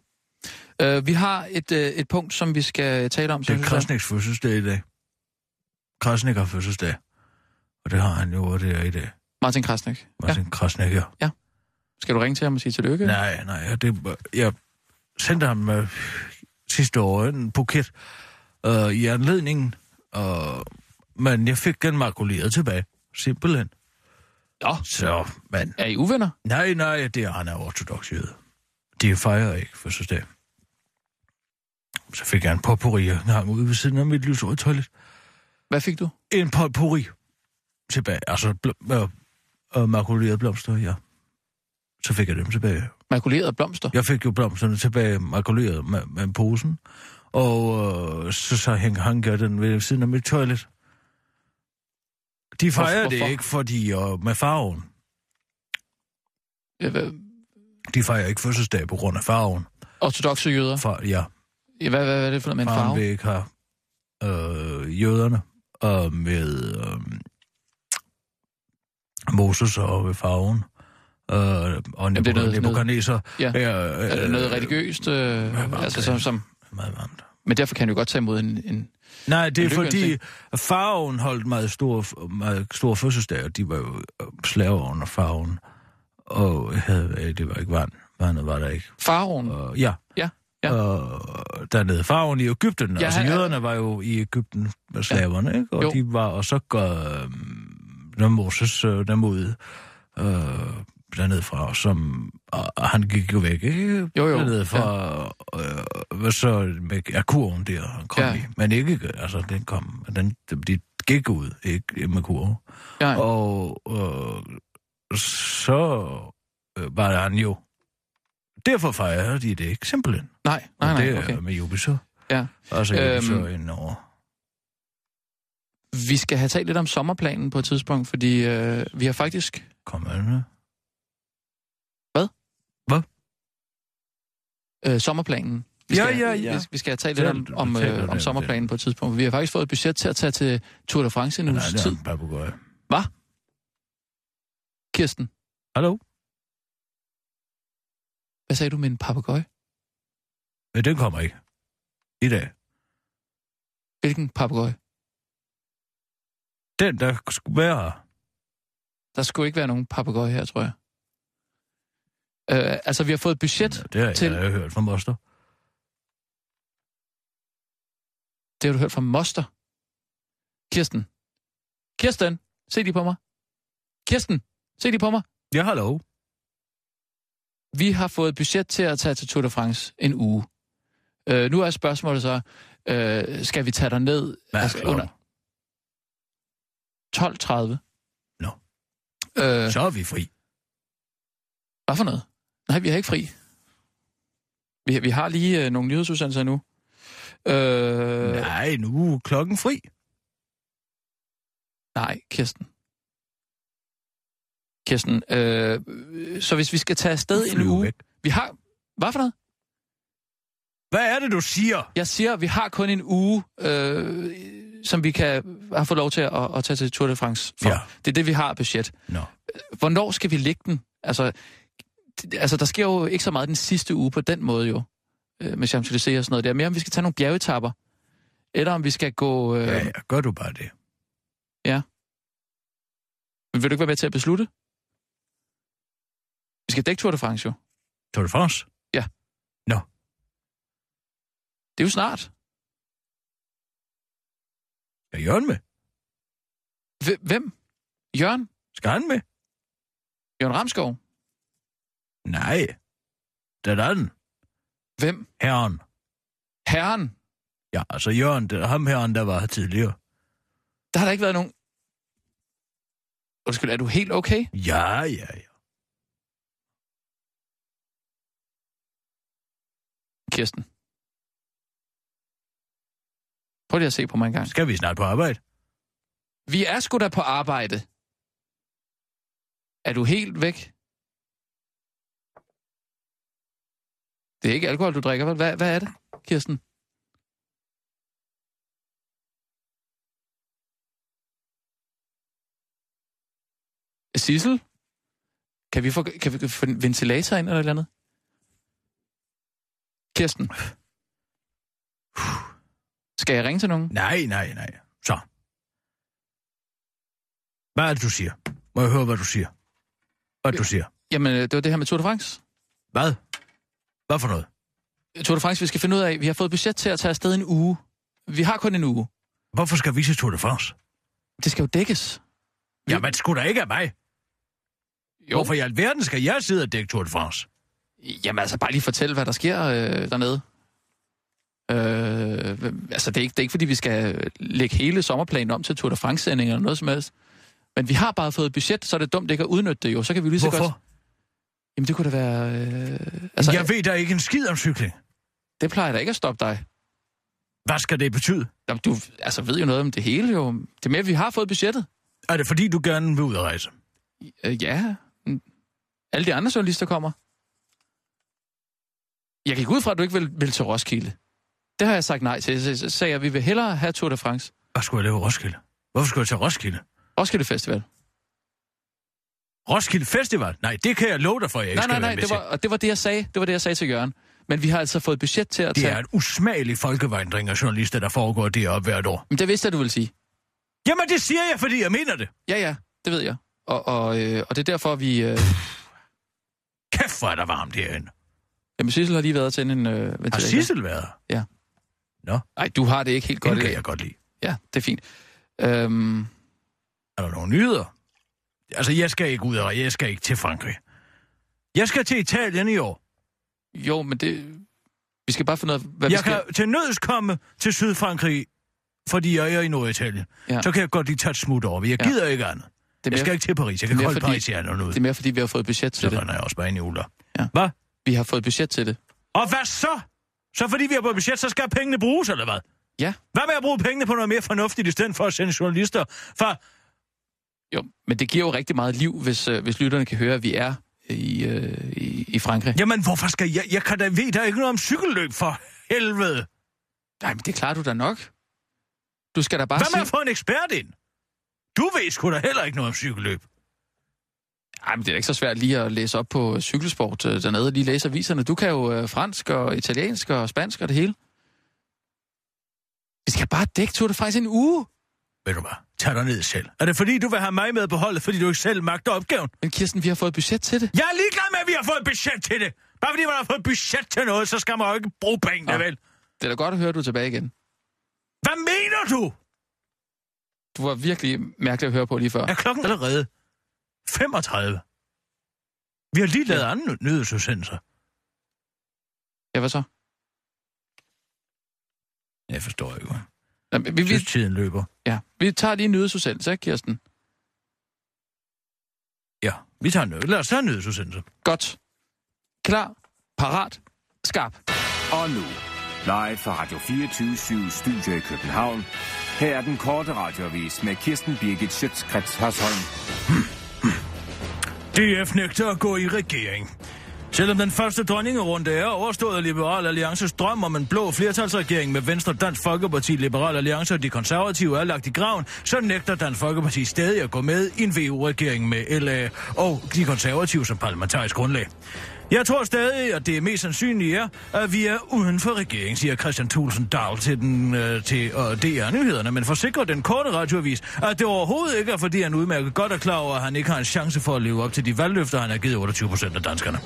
S5: Øh, vi har et, øh, et punkt, som vi skal tale om.
S4: Det er
S5: synes jeg.
S4: Krasniks fødselsdag i dag. Krasnik har fødselsdag. Og det har han jo, og det er i dag.
S5: Martin Krasnik. Ja.
S4: Martin ja. Krasnik, ja.
S5: Skal du ringe til ham og sige tillykke?
S4: Nej, nej, ja, det, jeg sendte ham øh, sidste år en buket øh, i anledningen, øh, men jeg fik den makuleret tilbage, simpelthen.
S5: Nå.
S4: Så, men
S5: Er I uvenner?
S4: nej, nej, det er han er ortodox jøde. De fejrer ikke fødselsdag. Så fik jeg en potpourri, og hang ude ved siden af mit lysrøde toilet.
S5: Hvad fik du?
S4: En potpourri tilbage, altså bl- øh, øh, makulerede blomster, ja. Så fik jeg dem tilbage.
S5: Makulerede blomster?
S4: Jeg fik jo blomsterne tilbage makuleret med, med posen, og øh, så, så hæng, hang jeg den ved siden af mit toilet. De fejrer det
S5: hvorfor?
S4: ikke, fordi øh, med farven.
S5: Ja. Hvad,
S4: De fejrer ikke fødselsdag på grund af farven.
S5: ortodoxe jøder?
S4: Far, ja,
S5: Ja, Hvad, hvad, hvad er det for noget med en
S4: farven
S5: farve?
S4: vil ikke have øh, jøderne og med øh, Moses og ved farven. Øh, og
S5: det er noget-
S4: Nebuchadnezzar.
S5: Ja.
S4: øh,
S5: Er det noget religiøst? Øh,
S4: varmt
S5: altså,
S4: er
S5: som,
S4: det?
S5: som,
S4: Meget varmt.
S5: men derfor kan du godt tage imod en... en
S4: Nej, det er
S5: Men det er jo
S4: fordi farven holdt meget stor, meget stor fødselsdag, og de var jo øh, slaver under farven. Og havde, øh, det var ikke vand. Vandet var der ikke.
S5: farven?
S4: Og, ja.
S5: Ja, ja.
S4: Og dernede farven i Ægypten.
S5: Ja,
S4: Ja, altså
S5: han-
S4: jøderne var jo i Ægypten med slaverne, ja. ikke? Og
S5: Jo.
S4: de var, og så går øh, når Moses øh, dem ud øh, dernede fra, som, og, og han gik jo væk, ikke?
S5: Jo, jo,
S4: Dernede fra, øh, hvad så med akurven der, han kom
S5: Ja.
S4: ja. i. Men ikke, altså den kom, den, de gik ud, ikke med kurven.
S5: Ja,
S4: Og øh, så øh, var han jo... Derfor fejrer de det ikke, simpelthen.
S5: nej,
S4: Og
S5: nej,
S4: det
S5: nej, okay.
S4: er med Jupiter.
S5: Ja.
S4: Altså
S5: Øhm.
S4: Jupiter øhm... indover.
S5: Vi skal have talt lidt om sommerplanen på et tidspunkt, fordi øh, vi har faktisk...
S4: Kom an med.
S5: Øh, sommerplanen. Vi
S4: Ja,
S5: skal,
S4: ja, ja.
S5: Vi, vi skal have talt lidt om,
S4: Tal-
S5: om,
S4: tal-
S5: øh, om
S4: tal-
S5: sommerplanen på et tidspunkt. Vi har faktisk fået et budget til at tage til Tour de France i en
S4: Nej,
S5: uges
S4: det er
S5: tid.
S4: en papegøje.
S5: Kirsten,
S4: Hallo?
S5: hvad sagde du med en papegøje?
S4: Ja, den kommer ikke. I dag.
S5: Hvilken papegøje?
S4: Den, der skulle være her.
S5: Der skulle ikke være nogen papegøje her, tror jeg. Øh, altså, vi har fået et budget.
S4: Ja, det har
S5: Til-
S4: Til... jeg hørt fra Moster.
S5: Det har du hørt fra Moster. Kirsten. Kirsten, Se de på mig. Kirsten, se de på mig.
S4: Ja, hallo.
S5: Vi har fået budget til at tage til Tour de France en uge. Øh, nu er spørgsmålet så, øh, skal vi tage dig ned altså
S4: Hvad er klokken?
S5: 12.30?
S4: Nå.
S5: Øh,
S4: Så er vi fri.
S5: Hvad for noget? Nej, vi har ikke fri. Vi, vi har lige øh, nogle nyhedsudsendelser nu. Øh, nej.
S4: Nej, nu er klokken fri.
S5: nej, Kirsten. Kirsten, øh, øh, så hvis vi skal tage afsted en
S4: Flyv
S5: uge...
S4: væk.
S5: Vi har... Hvad for noget?
S4: Hvad er det, du siger?
S5: Jeg siger, vi har kun en uge, øh, som vi kan har fået lov til at, at tage til Tour de France for.
S4: Ja.
S5: Det er det, vi har af budget.
S4: Nå.
S5: Hvornår skal vi lægge den? Altså, det- altså, der sker jo ikke så meget den sidste uge på den måde jo, øh, med champs og sådan noget der. Mere om vi skal tage nogle bjergetapper, eller om vi skal gå... Øh,
S4: Ja,
S5: ja.
S4: ja, gør du bare det.
S5: Vil du ikke være med til at beslutte? Vi skal dække Tour de France jo.
S4: Tour de France?
S5: Det er jo snart.
S4: Er Jørgen med?
S5: Hv- Hvem? Jørgen?
S4: Skal han med?
S5: Jørgen Ramskov?
S4: Nej. Det er den.
S5: Hvem?
S4: Herren.
S5: Herren?
S4: Ja, altså Jørgen, det er ham herren, der var her tidligere.
S5: Der har der ikke været nogen... Undskyld, er du helt okay?
S4: Ja, ja, ja.
S5: Kirsten. Prøv lige at se på mig en gang.
S4: Skal vi snart på arbejde?
S5: Vi er sgu da på arbejde. Er du helt væk? Det er ikke alkohol, du drikker, vel? Hvad, hvad er det, Kirsten? Sissel? Kan vi få, kan vi få en ventilator ind eller et eller andet? Kirsten? Skal jeg ringe til nogen?
S4: Nej, nej, nej. Så. Hvad er det, du siger? Må jeg høre, hvad du siger? Hvad er det, du siger?
S5: Jamen, øh, det var det her med Tour de France.
S4: Hvad? Hvad for noget?
S5: Tour de France, vi skal finde ud af, vi har fået budget til at tage afsted en uge. Vi har kun en uge.
S4: Hvorfor skal vi til Tour de France?
S5: Det skal jo dækkes. Vi-
S4: Jamen, skulle da ikke af mig. Jo. Hvorfor i alverden skal jeg sidde og dække Tour de France?
S5: Jamen altså, bare lige fortæl, hvad der sker øh, dernede. Øh, hvem- altså, det er, ikke, det er ikke, fordi vi skal øh, lægge hele sommerplanen om til Tour de France-sending eller noget som helst. Men vi har bare fået et budget, så er det dumt ikke at udnytte det jo. Så kan vi lige så
S4: Hvorfor?
S5: godt... Jamen, det kunne da være... Øh, altså,
S4: Altså, jeg ved da ikke en skid om cykling.
S5: det plejer da ikke at stoppe dig.
S4: Hvad skal det betyde?
S5: Jamen, du altså, ved jo noget om det hele jo. Det er mere, vi har fået budgettet.
S4: Er det fordi, du gerne vil ud og rejse?
S5: Øh, ja. Mm. Alle de andre journalister kommer. Jeg gik ud fra, at du ikke vil, vil til Roskilde. Det har jeg sagt nej til. Så- Så sagde jeg, at vi vil hellere have Tour de France.
S4: Hvad skulle jeg lave i Roskilde? Hvorfor skulle jeg til Roskilde?
S5: Roskilde Festival.
S4: Roskilde Festival? Nej, det kan jeg love dig for, jeg ikke
S5: Nej, nej,
S4: skal
S5: nej,
S4: være med
S5: det var, og det var det, jeg sagde. Det var det, jeg sagde til Jørgen. Men vi har altså fået budget til at
S4: til. Det
S5: tage...
S4: er en usmagelig folkevandring af journalister, der foregår deroppe hvert år.
S5: Men det vidste jeg, du ville sige.
S4: Jamen, det siger jeg, fordi jeg mener det.
S5: Ja, ja, det ved jeg. Og, og, øh, og det er derfor, vi... Øh,
S4: Kæft, hvor er der varmt herinde.
S5: jamen, Sissel har lige været til en... Øh,
S4: Har Ah, Sissel været her?
S5: Nej, du har det ikke helt godt.
S4: Det kan
S5: i dag.
S4: jeg godt lide.
S5: Ja, det er fint. Øhm,
S4: Er der nogle nyheder? Altså, jeg skal ikke ud og jeg skal ikke til Frankrig. Jeg skal til Italien i år.
S5: jo, men det... Vi skal bare finde ud af, hvad vi
S4: Jeg
S5: skal...
S4: kan til nøds komme til Sydfrankrig, fordi jeg er i Norditalien.
S5: Ja.
S4: Så kan jeg godt lige tage et smut over. Jeg
S5: Ja.
S4: gider ikke andet.
S5: Det er
S4: Jeg
S5: mere-
S4: skal ikke til Paris. Jeg
S5: det
S4: kan
S5: er
S4: holde
S5: fordi-
S4: Paris i andet ud.
S5: Det er mere, fordi vi har fået budget
S4: Så
S5: til det.
S4: render jeg også bare ind i uler.
S5: Ja.
S4: Hvad?
S5: Vi har fået budget til det.
S4: Og hvad så? Så fordi vi har på budget, så skal pengene bruges, eller hvad?
S5: Ja.
S4: Hvad med at bruge pengene på noget mere fornuftigt, i stedet for at sende journalister fra...
S5: Jo, men det giver jo rigtig meget liv, hvis, øh, hvis lytterne kan høre, at vi er i, øh, i, i Frankrig.
S4: Jamen, hvorfor skal jeg... Jeg kan da ved, der er ikke noget om cykelløb for helvede.
S5: Nej, men det klarer du da nok. Du skal da bare
S4: Hvad med at
S5: sige...
S4: få en ekspert ind? Du ved sgu da heller ikke noget om cykelløb.
S5: Ej, men det er da ikke så svært lige at læse op på øh, cykelsport øh, dernede, og lige læse aviserne. Du kan jo øh, fransk og italiensk og spansk og det hele. Vi skal bare dække Tour de France en uge.
S4: Ved du hvad? Tag dig ned selv. Er det fordi, du vil have mig med på holdet, fordi du ikke selv magter opgaven?
S5: Men Kirsten, vi har fået budget til det.
S4: Jeg er ligeglad med, at vi har fået budget til det. Bare fordi man har fået budget til noget, så skal man jo ikke bruge pengene,
S5: Ja.
S4: vel?
S5: Det er da godt at høre, at du er tilbage igen.
S4: Hvad mener du?
S5: du var virkelig mærkelig at høre på lige før.
S4: Er klokken allerede 35? Vi har lige lavet anden nyhedsudsendelser.
S5: Ja, hvad så?
S4: Jeg forstår ikke, hvad.
S5: Nå, men Vi,
S4: Jeg
S5: vi,
S4: synes, tiden løber.
S5: ja. vi tager lige en nyhedsudsendelse, ikke, Kirsten?
S4: Ja, vi tager en nyhed. Lad os tage en nyhedsudsendelse.
S5: Godt. Klar. Parat. Skarp.
S6: Og nu, live fra Radio 24 Studio i København. Her er den korte radiovis med Kirsten Birgit Schøtzgrads Hasholm.
S4: DF nægter at gå i regering. Selvom den første dronningerunde er overstået af Liberal Alliances drøm om en blå flertalsregering med Venstre, Dansk Folkeparti, Liberal Alliance og de konservative er lagt i graven, så nægter Dansk Folkeparti stadig at gå med i en VU-regering med LA og de konservative som parlamentarisk grundlag. Jeg tror stadig, at det mest sandsynlige er, at vi er uden for regeringen, siger Christian Thulsen Dahl til, den, øh, til øh, DR-nyhederne, men forsikrer den korte radioavis, at det overhovedet ikke er, fordi han udmærket godt er klar over, at han ikke har en chance for at leve op til de valgløfter, han har givet 28 procent af danskerne.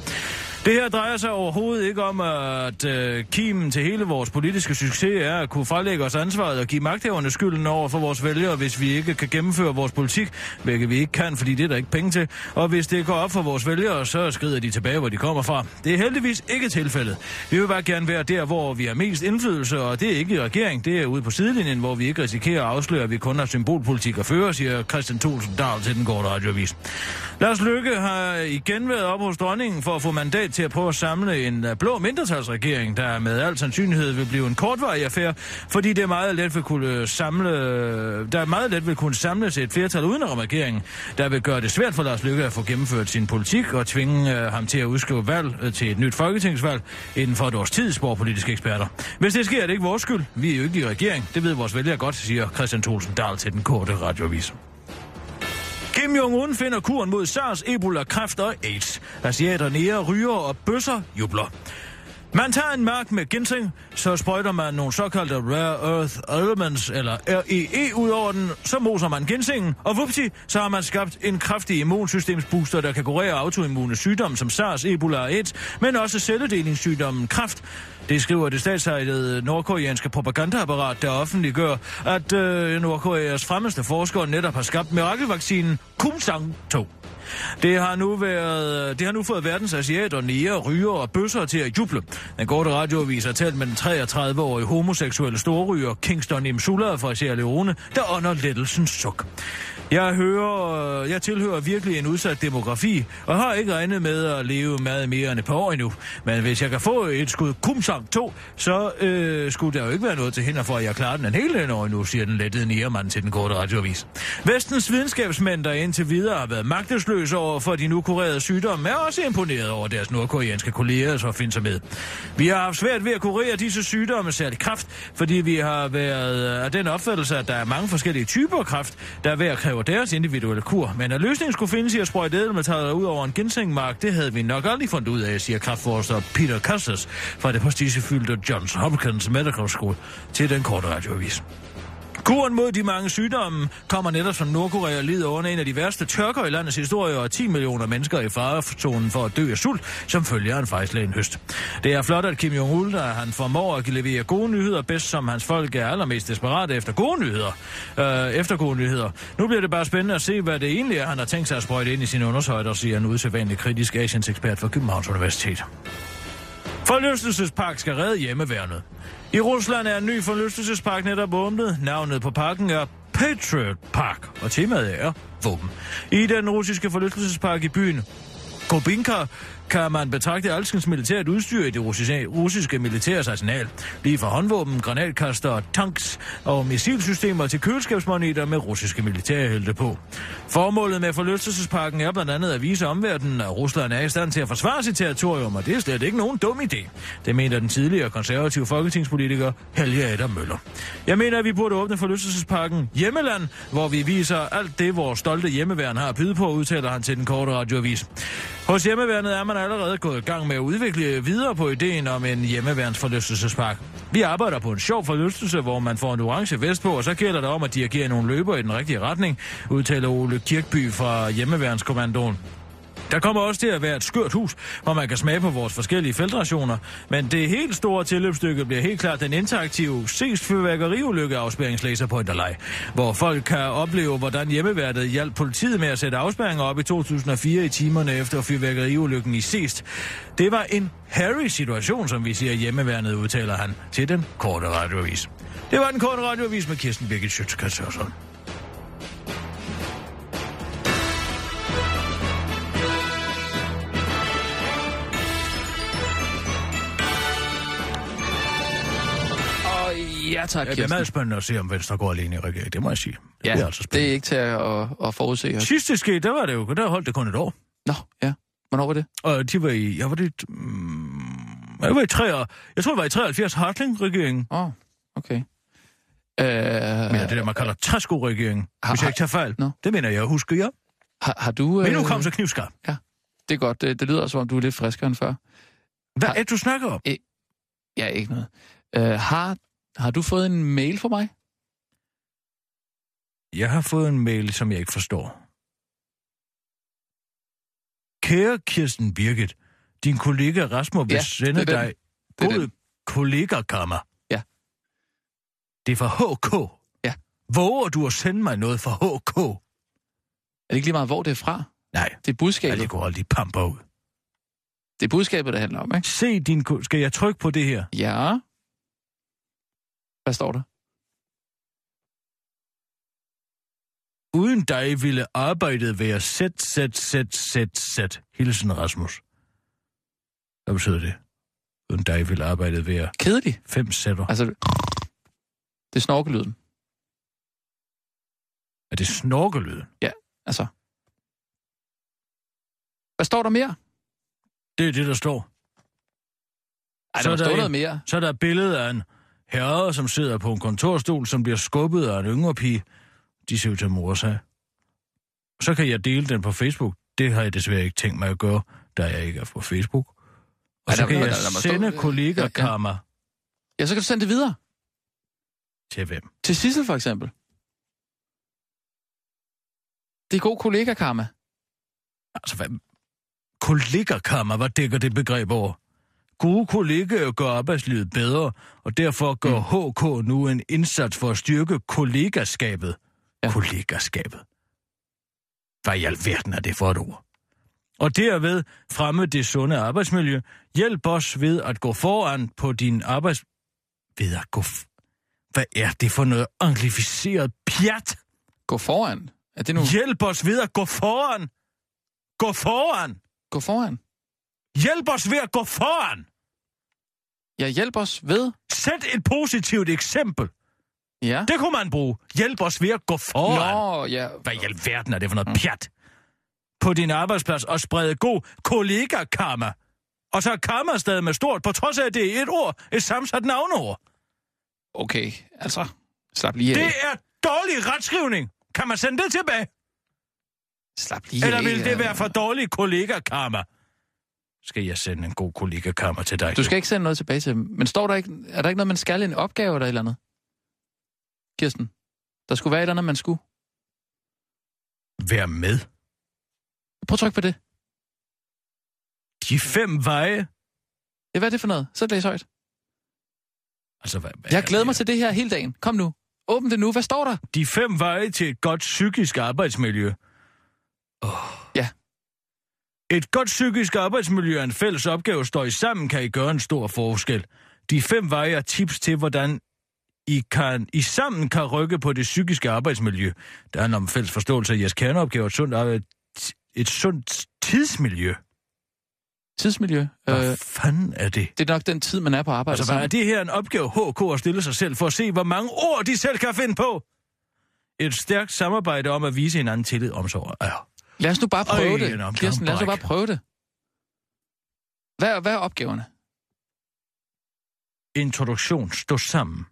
S4: Det her drejer sig overhovedet ikke om, at øh, kimen til hele vores politiske succes er at kunne frelægge os ansvaret og give magthaverne skylden over for vores vælgere, hvis vi ikke kan gennemføre vores politik, hvilket vi ikke kan, fordi det er der ikke penge til. Og hvis det går op for vores vælgere, så skrider de tilbage, hvor de kommer fra. Det er heldigvis ikke tilfældet. Vi vil bare gerne være der, hvor vi har mest indflydelse, og det er ikke i regering, det er ude på sidelinjen, hvor vi ikke risikerer at afsløre, at vi kun har symbolpolitik at føre, siger Christian Thulsen Dahl til den korte radioavis. Lars Lykke har igen været op hos dronningen for at få mandat til at prøve at samle en øh, blå mindretalsregering, der med al sandsynlighed vil blive en kortvarig affære, fordi det er meget let vil kunne samle, der er meget let vil kunne samles et flertal udenom regeringen, der vil gøre det svært for Lars Lykke at få gennemført sin politik og tvinge øh, ham til at udskrive valg øh, til et nyt folketingsvalg inden for et års tid, spår politiske eksperter. Hvis det sker, er det ikke vores skyld. Vi er jo ikke i regering. Det ved vores vælgere godt, siger Christian Thulsen Dahl til den korte radioavis. Kim Jong-un finder kuren mod SARS, Ebola, kræft og AIDS. Asiater, nære, ryger og bøsser jubler. Man tager en mark med ginseng, så sprøjter man nogle såkaldte Rare Earth Elements, eller REE, ud over den, så moser man ginsengen, og vupti, så har man skabt en kraftig immunsystemsbooster, der kan kurere autoimmune sygdomme som SARS, Ebola og AIDS, men også celledelingssygdommen kræft. Det skriver det statsejede nordkoreanske propagandaapparat, der offentliggør, at øh, Nordkoreas fremmeste forskere netop har skabt mirakelvaccinen Kumsang-2. Det har nu, været, det har nu fået verdens asiater, nære, ryger og bøsser til at juble. Den korte radioavis har talt med den 33-årige homoseksuelle storryger Kingston Imsula fra Sierra Leone, der ånder lettelsens suk. Jeg, hører, jeg tilhører virkelig en udsat demografi, og har ikke regnet med at leve meget mere end et par år endnu. Men hvis jeg kan få et skud kumsang 2, så øh, skulle der jo ikke være noget til hinder for, at jeg klarer den en hel den år endnu, siger den lettede nærmand til den korte radioavis. Vestens videnskabsmænd, der indtil videre har været magtesløse over for de nu kurerede sygdomme, er også imponeret over deres nordkoreanske kolleger, så finder sig med. Vi har haft svært ved at kurere disse sygdomme, særligt kræft, fordi vi har været af den opfattelse, at der er mange forskellige typer af kræft, der hver kræver deres individuelle kur. Men at løsningen skulle findes i at sprøjte edelmetaller ud over en ginsengmark, det havde vi nok aldrig fundet ud af, siger kræftforsker Peter Custis fra det prestigefyldte Johns Hopkins Medical School til den korte radioavis. Kuren mod de mange sygdomme kommer netop som Nordkorea lider under en af de værste tørker i landets historie, og 10 millioner mennesker er i farezonen for at dø af sult, som følger en fejlslagen høst. Det er flot, at Kim Jong-un, der han formår at levere gode nyheder, bedst som hans folk er allermest desperate efter gode nyheder. Øh, efter gode nyheder. Nu bliver det bare spændende at se, hvad det egentlig er, han har tænkt sig at sprøjte ind i sine undersøgelser, siger en usædvanlig kritisk Asiens ekspert fra Københavns Universitet. Forlystelsespark skal redde hjemmeværnet. I Rusland er en ny forlystelsespark netop åbnet. Navnet på parken er Patriot Park, og temaet er våben. I den russiske forlystelsespark i byen Kobinka kan man betragte alskens militært udstyr i det russiske, russiske militærs arsenal. Lige fra håndvåben, granatkaster, tanks og missilsystemer til køleskabsmoneter med russiske militærhelte på. Formålet med forlystelsesparken er blandt andet at vise omverdenen, at Rusland er i stand til at forsvare sit territorium, og det er slet ikke nogen dum idé. Det mener den tidligere konservative folketingspolitiker Helge Adam Møller. Jeg mener, at vi burde åbne forlystelsesparken Hjemmeland, hvor vi viser alt det, vores stolte hjemmeværn har at byde på, udtaler han til den korte radioavis. Hos hjemmeværnet er man allerede gået i gang med at udvikle videre på ideen om en hjemmeværnsforlystelsespark. Vi arbejder på en sjov forlystelse, hvor man får en orange vest på, og så gælder det om at dirigere nogle løber i den rigtige retning, udtaler Ole Kirkby fra hjemmeværnskommandoen. Der kommer også til at være et skørt hus, hvor man kan smage på vores forskellige feltrationer, men det helt store tilløbsstykke bliver helt klart den interaktive ses fyrværkeriulykke afspærringslaser på Interlej, hvor folk kan opleve, hvordan hjemmeværdet hjalp politiet med at sætte afspærringer op i 2004 i timerne efter fyrværkeriulykken i Seest. Det var en harry situation, som vi siger i hjemmeværnet, udtaler han til den korte radioavis. Det var den korte radioavis med Kirsten Birgit Schøtzgrads Hørsholm.
S5: Ja, tak,
S4: Ja, det er
S5: Kirsten.
S4: meget spændende at se, om Venstre går alene i regeringen. Det må jeg sige. Det
S5: Ja,
S4: bliver altså
S5: det er
S4: spændende.
S5: ikke til at, at, at forudse.
S4: Det... Sidst det skete, der var det jo, der holdt det kun et år.
S5: Nå, ja. Hvornår var det?
S4: Og de var i, jeg var det, mm, jeg var i 3, jeg tror, det var i 73 Hartling-regeringen.
S5: Åh, oh, okay. Øh,
S4: Men ja, det der, man kalder Træsko-regeringen,
S5: Har-
S4: hvis jeg ikke tager fejl.
S5: Nå.
S4: Det mener jeg, husker jeg.
S5: har, har du...
S4: Men nu
S5: øh,
S4: kom så knivskarp.
S5: Det er godt. Det, det lyder som om, du er lidt friskere end før.
S4: Hvad
S5: har-
S4: er det, du snakker om?
S5: Ja, ikke noget. Øh, har, har du fået en mail fra mig?
S4: Jeg har fået en mail, som jeg ikke forstår. Kære Kirsten Birgit, din kollega Rasmus vil
S5: Ja,
S4: ja, sende
S5: det er den.
S4: dig
S5: Det er
S4: god
S5: den.
S4: kollegakammer.
S5: Ja.
S4: Det er fra HK.
S5: Ja.
S4: Våger du at sende mig noget fra HK?
S5: Er det ikke lige meget, hvor det er fra?
S4: Nej,
S5: Det er
S4: ja,
S5: budskabet.
S4: det går aldrig pamper ud.
S5: Det er budskabet, der handler om, ikke?
S4: Se din... ko- Skal jeg trykke på det her?
S5: Ja. Hvad står der?
S4: Uden dig ville arbejdet være sæt, sæt, sæt, sæt, sæt. Hilsen, Rasmus. Hvad betyder det? Uden dig ville arbejdet være
S5: Kedelig.
S4: fem sætter.
S5: Altså, det er snorkelyden.
S4: Er det snorkelyden?
S5: Altså. Hvad står der mere?
S4: Det er det, der står.
S5: Ej,
S4: Så
S5: der
S4: er
S5: må
S4: der
S5: stå
S4: en-
S5: noget mere.
S4: Så er der et billede af en herre, som sidder på en kontorstol, som bliver skubbet af en yngre pige. De ser ud til at more sig. Så kan jeg dele den på Facebook. Det har jeg desværre ikke tænkt mig at gøre, da jeg ikke er på Facebook. Og
S5: Ej,
S4: så
S5: der-
S4: kan
S5: der-
S4: jeg
S5: der- der må stå-
S4: sende
S5: øh,
S4: kollegakammer
S5: Ja, så kan du sende det videre.
S4: til hvem?
S5: Til Sissel, for eksempel. Det er god kollega, Karma.
S4: Altså, hvad? Kollegakammer, hvad dækker det begreb over? Gode kollegaer gør arbejdslivet bedre, og derfor gør HK nu en indsats for at styrke kollegaskabet.
S5: Ja.
S4: Ja. Kollegaskabet. Hvad i alverden er det for et ord? Og derved fremme det sunde arbejdsmiljø. Hjælp os ved at gå foran på din arbejds... Ved at gå... F- Hvad er det for noget anglificeret pjat?
S5: Gå foran. Er det nu?
S4: Hjælp os ved at gå foran. Gå foran.
S5: Gå foran.
S4: Hjælp os ved at gå foran.
S5: Ja, hjælp os ved.
S4: Sæt et positivt eksempel.
S5: Ja.
S4: Det kunne man bruge. Hjælp os ved at gå foran. Nå.
S5: Nå, ja.
S4: Hvad i alverden er det for noget pjat? På din arbejdsplads og sprede god kollega-karma. Og så er karma stadig med stort, på trods af, at det er et ord, et sammensat navneord.
S5: Okay, altså. Slap lige af.
S4: Det er dårlig retskrivning. Kan man sende det tilbage?
S5: Slap lige
S4: Eller
S5: af,
S4: vil det
S5: ja.
S4: være for dårlig kollega-karma? Skal jeg sende en god kollega-karma til dig?
S5: Du skal ikke sende noget tilbage til dem. Men står der ikke, er der ikke noget, man skal? En opgave eller et eller andet? Kirsten, der skulle være et eller andet, man skulle.
S4: Vær med.
S5: Prøv at trykke på det.
S4: De fem veje.
S5: Ja, hvad er det for noget? Så læs højt.
S4: Altså, hvad, hvad
S5: Jeg glæder mig til det her hele dagen. Kom nu. Åbn det nu. Hvad står der?
S4: De fem veje til et godt psykisk arbejdsmiljø. Oh.
S5: Ja.
S4: Et godt psykisk arbejdsmiljø er en fælles opgave, står I sammen, kan I gøre en stor forskel. De fem veje er tips til, hvordan I, kan, I sammen kan rykke på det psykiske arbejdsmiljø. Der handler om fælles forståelse af jeres kerneopgaver, et sundt, arbejde, et sundt tidsmiljø.
S5: Tidsmiljø.
S4: Hvad
S5: Øh,
S4: fanden er det?
S5: det er nok den tid, man er på arbejde.
S4: Altså, hvad er
S5: sammen.
S4: det her en opgave, HK har stillet sig selv for at se, hvor mange ord de selv kan finde på? Et stærkt samarbejde om at vise hinanden tillid, omsorg og ære.
S5: Lad os nu bare prøve
S4: Øj, en
S5: det,
S4: omgang
S5: Kirsten. Lad os nu bare
S4: bræk.
S5: prøve det. Hvad er, hvad er opgaverne?
S4: Introduktion. Stå sammen.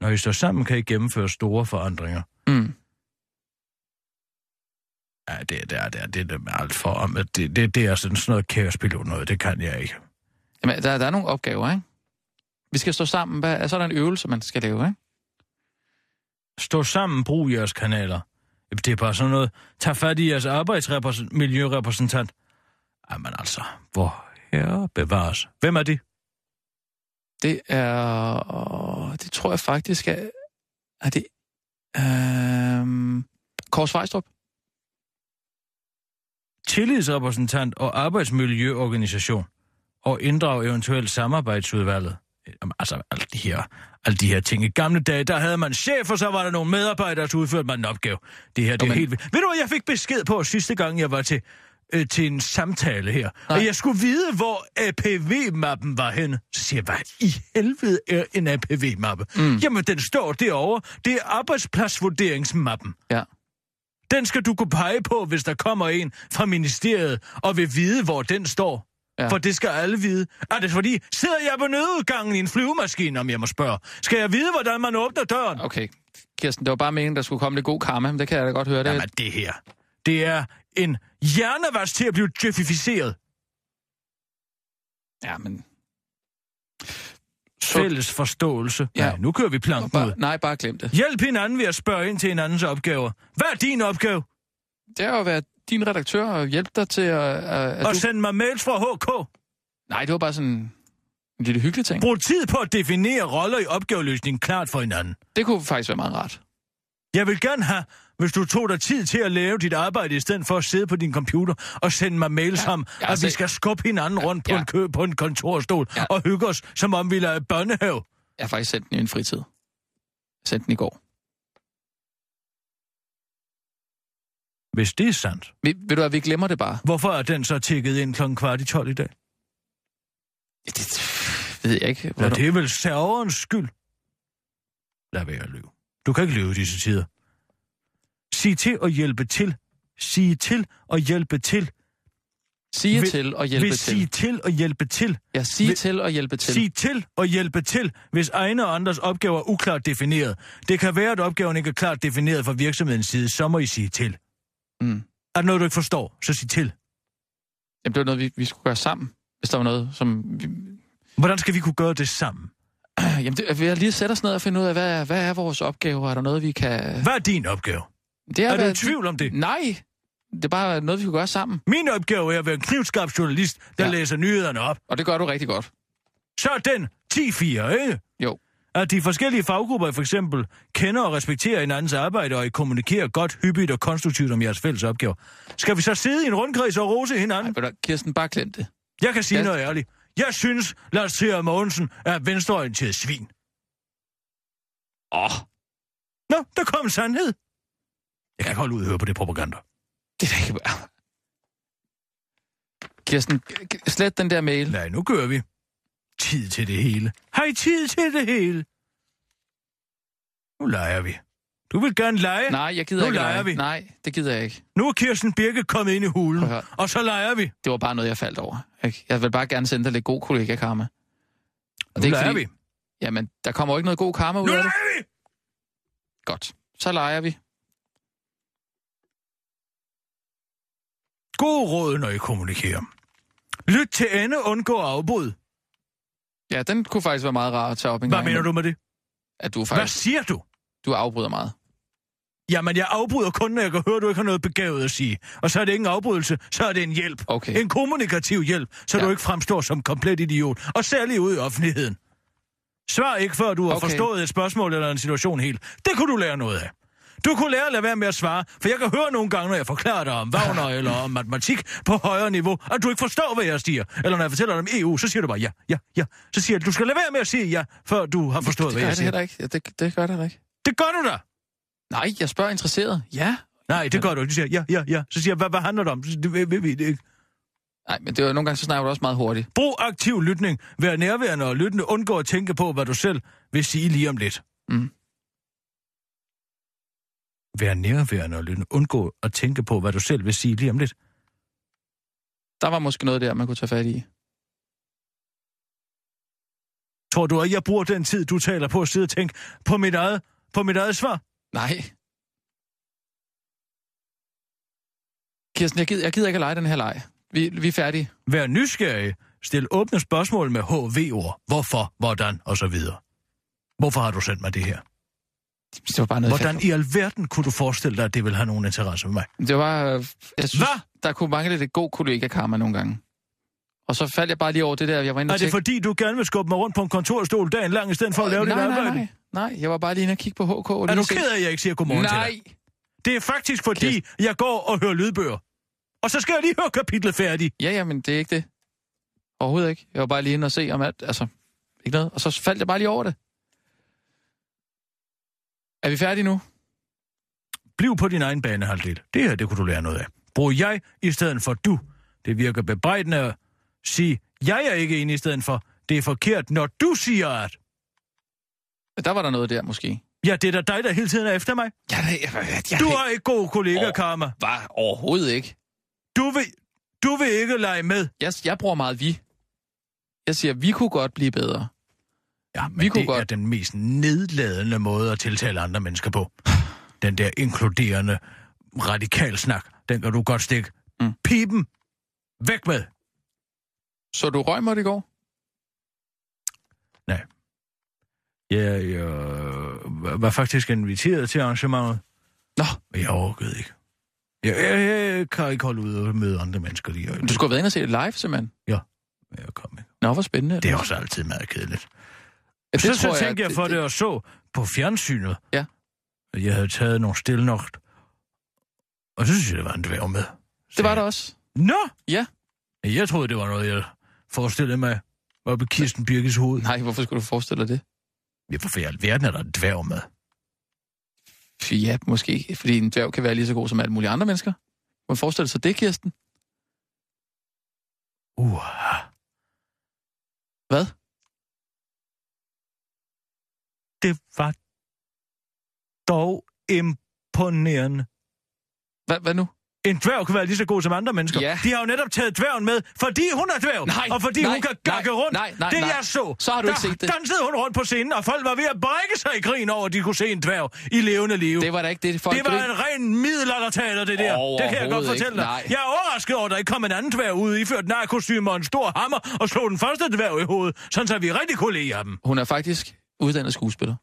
S4: Når I står sammen, kan I gennemføre store forandringer.
S5: Mm.
S4: Ja, det, det, er, det, er, det er alt for om. at Det, det, det er sådan, sådan noget kaospilot noget. Det kan jeg ikke.
S5: Jamen, der, der er nogle opgaver, ikke? Vi skal stå sammen. Hvad, altså, er der en øvelse, man skal lave, ikke?
S4: Stå sammen. Brug jeres kanaler. Det er bare sådan noget. Tag fat i jeres arbejdsmiljørepræsentant. Jamen altså, hvor herre bevares. Hvem er de?
S5: Det er... åh, Det tror jeg faktisk er... Er det... Øhm, Kors Vejstrup?
S4: Tillidsrepræsentant og arbejdsmiljøorganisation. Og inddrag eventuelt samarbejdsudvalget. Jamen, altså, alle de, her, alle de her ting. I gamle dage, der havde man chef, og så var der nogle medarbejdere, der udførte man en opgave. Det her, det er
S5: Jamen.
S4: helt vildt. Ved du, hvad jeg fik besked på sidste gang, jeg var til, øh, til en samtale her?
S5: Nej.
S4: At jeg skulle vide, hvor APV-mappen var henne. Så siger jeg, hvad i helvede er en APV-mappe? Mm. Jamen, den står derovre. Det er arbejdspladsvurderingsmappen.
S5: Ja.
S4: Den skal du kunne pege på, hvis der kommer en fra ministeriet og vil vide, hvor den står.
S5: Ja.
S4: Ja. For det skal alle vide. Er det fordi, sidder jeg på nødudgangen i en flyvemaskine, om jeg må spørge? Skal jeg vide, hvordan man åbner døren?
S5: Okay. Kirsten, det var bare meningen, der skulle komme lidt god karma, men det kan jeg da godt høre. Det,
S4: Jamen, det her, det er en hjernevask til at blive jeffificeret.
S5: ja, men... Så-
S4: Fælles forståelse.
S5: Ja.
S4: Ja. Nej, nu kører vi planken ud.
S5: Bare, nej, bare glem det.
S4: Hjælp hinanden ved at spørge ind til hinandens opgaver. Hvad er din opgave?
S5: Det er jo at være din redaktør og hjælpe dig til at... at, at
S4: At
S5: du...
S4: sende mig mails fra HK.
S5: Nej, det var bare sådan en lille hyggelig ting.
S4: Brug tid på at definere roller i opgaveløsningen klart for hinanden.
S5: Det kunne faktisk være meget rart.
S4: Jeg vil gerne have, hvis du tog dig tid til at lave dit arbejde, i stedet for at sidde på din computer og sende mig mails ja, om,
S5: ja,
S4: at
S5: altså-
S4: vi skal skubbe hinanden ja, rundt på
S5: ja.
S4: ja. en kø på en kontorstol
S5: Ja.
S4: ja. og hygge os, som om vi lader børnehave.
S5: Jeg har faktisk sendt den i en fritid. Jeg sendte den i går.
S4: Hvis det er sandt,
S5: Vi, ved du hvad, vi glemmer det bare.
S4: hvorfor er den så tækket ind klokken kvart i 12 i dag?
S5: Ja, Det, ved jeg ikke.
S4: Ja,
S5: Hvornår-
S4: det er vel serverens skyld. Lad være at lyve. Du kan ikke lyve i disse tider. Sig til og hjælpe til. Sige til og hjælpe til.
S5: Sige
S4: vil-
S5: til og hjælpe
S4: Hvis sige
S5: til.
S4: til og hjælpe til.
S5: Ja, sige
S4: vil-
S5: til og hjælpe til.
S4: Sig til og hjælpe til, hvis egne og andres opgaver er uklart defineret. Det kan være, at opgaven ikke er klart defineret fra virksomhedens side, så må I sige til.
S5: Mm.
S4: Er der noget, du ikke forstår, så sig til.
S5: Jamen, det var noget, vi, vi skulle gøre sammen, hvis der var noget, som... Vi... [CLEARS THROAT]
S4: Hvordan skal vi kunne gøre det sammen?
S5: Jamen, det, vi har lige sætte os ned og finde ud af, hvad er, hvad er vores opgave? Er der noget, vi kan...
S4: Hvad er din opgave?
S5: Det
S4: Er du i
S5: hvad-
S4: tvivl om det?
S5: Nej, det er bare noget, vi kan gøre sammen.
S4: Min opgave er at være en knivskarp journalist, der
S5: Ja.
S4: ja. læser nyhederne op.
S5: Og det gør du rigtig godt.
S4: Så er den 10-4, ikke?
S5: Jo.
S4: At de forskellige faggrupper for eksempel kender og respekterer hinandens arbejde, og I kommunikerer godt, hyppigt og konstruktivt om jeres fælles opgaver. Skal vi så sidde i en rundkreds og rose hinanden?
S5: Ej, ved du, hvad, Kirsten, bare glem det.
S4: Jeg kan sige
S5: Ja.
S4: ja. noget ærligt. Jeg synes, Lars Thier Mogensen er et venstreorienteret svin.
S5: Åh, oh,
S4: Nå, der kom en sandhed. Jeg kan ikke holde ud at høre på det propaganda.
S5: det er da ikke... Kirsten, g- g- slet den der mail.
S4: Nej, nu gør vi. Tid til det hele. Har I tid til det hele? Nu leger vi. Du vil gerne lege.
S5: Nej, jeg gider
S4: Nu
S5: ikke.
S4: leger
S5: lege.
S4: vi.
S5: Nej, det gider jeg ikke.
S4: Nu er Kirsten Birke kommet ind i hulen,
S5: Prøv at høre.
S4: og så leger vi.
S5: Det var bare noget, jeg faldt over. Ikke? Jeg vil bare gerne sende dig lidt god kollega karma. Og
S4: Nu leger vi.
S5: Jamen, der kommer jo ikke noget god karma ud
S4: Nu
S5: af det.
S4: leger vi!
S5: Godt. Så leger vi.
S4: Gode råd, når I kommunikerer. Lyt til ende, undgå afbrud.
S5: Ja, den kunne faktisk være meget rar at tage op en
S4: Hvad
S5: gang.
S4: mener du med det?
S5: At du
S4: Hvad
S5: faktisk
S4: siger du?
S5: du afbryder meget.
S4: Jamen, jeg afbryder kun, når jeg kan høre, at du ikke har noget begavet at sige. Og så er det ikke en afbrydelse, så er det en hjælp.
S5: Okay.
S4: En kommunikativ hjælp, så
S5: Ja.
S4: ja. du ikke fremstår som komplet idiot. Og særligt ude i offentligheden. Svar ikke, før du har
S5: Okay.
S4: okay. forstået et spørgsmål eller en situation helt. Det kunne du lære noget af. Du kunne lære at lade være med at svare, for jeg kan høre nogle gange, når jeg forklarer dig om
S5: [LAUGHS]
S4: Wagner eller om matematik på højere niveau, at du ikke forstår, hvad jeg siger. Eller når jeg fortæller dig om EU, så siger du bare ja, ja, ja. Så siger jeg, du skal lade være med at sige ja, før du har forstået, hvad
S5: det gør
S4: jeg
S5: det
S4: siger.
S5: heller ikke. Ja, det, det gør det heller ikke.
S4: Det gør du da!
S5: Nej, jeg spørger interesseret. Ja.
S4: Nej, det gør du ikke. Du siger, ja, ja, ja. Så siger jeg, hvad, hvad handler det om? Så siger, Det ved, ved vi det ikke.
S5: Nej, men det var nogle gange, så snakker du også meget hurtigt.
S4: Brug aktiv lytning. Vær nærværende og lyttende. Undgå at tænke på, hvad du selv vil sige lige om lidt.
S5: Mm.
S4: Vær nærværende og lyttende. Undgå at tænke på, hvad du selv vil sige lige om lidt.
S5: Der var måske noget der, man kunne tage fat i.
S4: Tror du, at jeg bruger den tid, du taler på at sidde og tænke på mit eget, på mit eget svar?
S5: Nej. Kirsten, jeg gider, jeg gider ikke at lege den her leg. Vi, vi er færdige.
S4: Vær nysgerrig. Stil åbne spørgsmål med HV-ord. Hvorfor, hvordan og så videre. Hvorfor har du sendt mig det her?
S5: det var bare noget
S4: Hvordan i alverden kunne du forestille dig, at det ville have nogen interesse med mig?
S5: fandme- Det var... øh, Jeg synes,
S4: Hvad?
S5: der kunne mangle lidt god kollega-karma nogle gange. Og så faldt jeg bare lige over det der, jeg var inde
S4: Er
S5: og
S4: det
S5: tjekke...
S4: fordi, du gerne vil skubbe mig rundt på en kontorstol dagen lang, i stedet for at lave dit
S5: nej,
S4: arbejde?
S5: nej, nej, nej. Jeg var bare lige inde og kigge på HK. og
S4: Er
S5: lige
S4: du
S5: se-
S4: ked af, at jeg ikke siger godmorgen til dig?
S5: Nej,
S4: Det er faktisk fordi, jeg går og hører lydbøger. Og så skal jeg lige høre kapitlet færdigt.
S5: Ja, ja, men det er ikke det. Overhovedet ikke. Jeg var bare lige inde og se om alt, altså, ikke noget. Og så faldt jeg bare lige over det. Er vi færdige nu?
S4: Bliv på din egen banehalvdel. Det her, det kunne du lære noget af. Brug jeg i stedet for du. Det virker bebrejdende at sige, jeg er ikke enig i stedet for, det er forkert, når du siger at.
S5: Der var der noget der, måske.
S4: Ja, det er da dig, der hele tiden er efter mig.
S5: Jeg, jeg, jeg, jeg
S4: Du har ikke god kollega,
S5: Åh.
S4: Karma.
S5: var overhovedet ikke.
S4: Du vil, du vil ikke lege med.
S5: Jeg, jeg bruger meget vi. Jeg siger, vi kunne godt blive bedre.
S4: Ja, men
S5: Vi kunne
S4: det
S5: godt.
S4: er den mest nedladende måde at tiltale andre mennesker på. Den der inkluderende radikal snak, den kan du godt stikke.
S5: Mm.
S4: Mm. Pipen, væk med.
S5: Så du røg mig i går?
S4: Jeg, jeg var faktisk inviteret til arrangementet.
S5: Nå.
S4: Men jeg orkede ikke. Jeg, jeg, jeg kan ikke holde ud og møde andre mennesker lige.
S5: Du skulle have været inde og se det live, simpelthen.
S4: Jeg kom ikke.
S5: Nå, hvor spændende.
S4: Det er også altid meget kedeligt.
S5: Ja,
S4: så, så tænkte jeg, for det, og så på fjernsynet.
S5: Ja.
S4: at Jeg havde taget nogle stille nok. Og så synes jeg, det var en dværg med. Så
S5: Det var
S4: jeg-
S5: der også.
S4: Nå!
S5: Ja.
S4: Jeg troede, det var noget, jeg forestillede mig var på Kirsten Birkes hoved.
S5: Nej, hvorfor skulle du forestille dig det?
S4: Ja, hvorfor i alverden er der en dværg med?
S5: Ja, måske. Fordi en dværg kan være lige så god som alle mulige andre mennesker. Man forestiller sig det, Kirsten.
S4: Uh,
S5: Hvad?
S4: det var dog imponerende.
S5: Hvad, hvad nu?
S4: En dværg kan være lige så god som andre mennesker.
S5: Ja.
S4: De har jo netop taget dværgen med, fordi hun er dværg.
S5: Nej,
S4: og fordi
S5: nej,
S4: hun kan gakke
S5: nej,
S4: rundt.
S5: nej, nej,
S4: det
S5: nej.
S4: jeg så.
S5: Så har du
S4: der
S5: ikke set det.
S4: dansede hun rundt på scenen, og folk var ved at brække sig i grin over, at de kunne se en dværg i levende liv.
S5: Det var da ikke det, folk
S4: Det var
S5: grinede.
S4: en ren middelaldertaler, det der. Det kan jeg godt
S5: Overhovedet
S4: fortælle dig.
S5: ikke, nej.
S4: Jeg er overrasket over, at der ikke kom en anden dværg ud, iført narkostyme og en stor hammer, og slog den første dværg i hovedet, sådan så vi rigtig kunne lide af dem.
S5: Hun er faktisk uddannet skuespiller.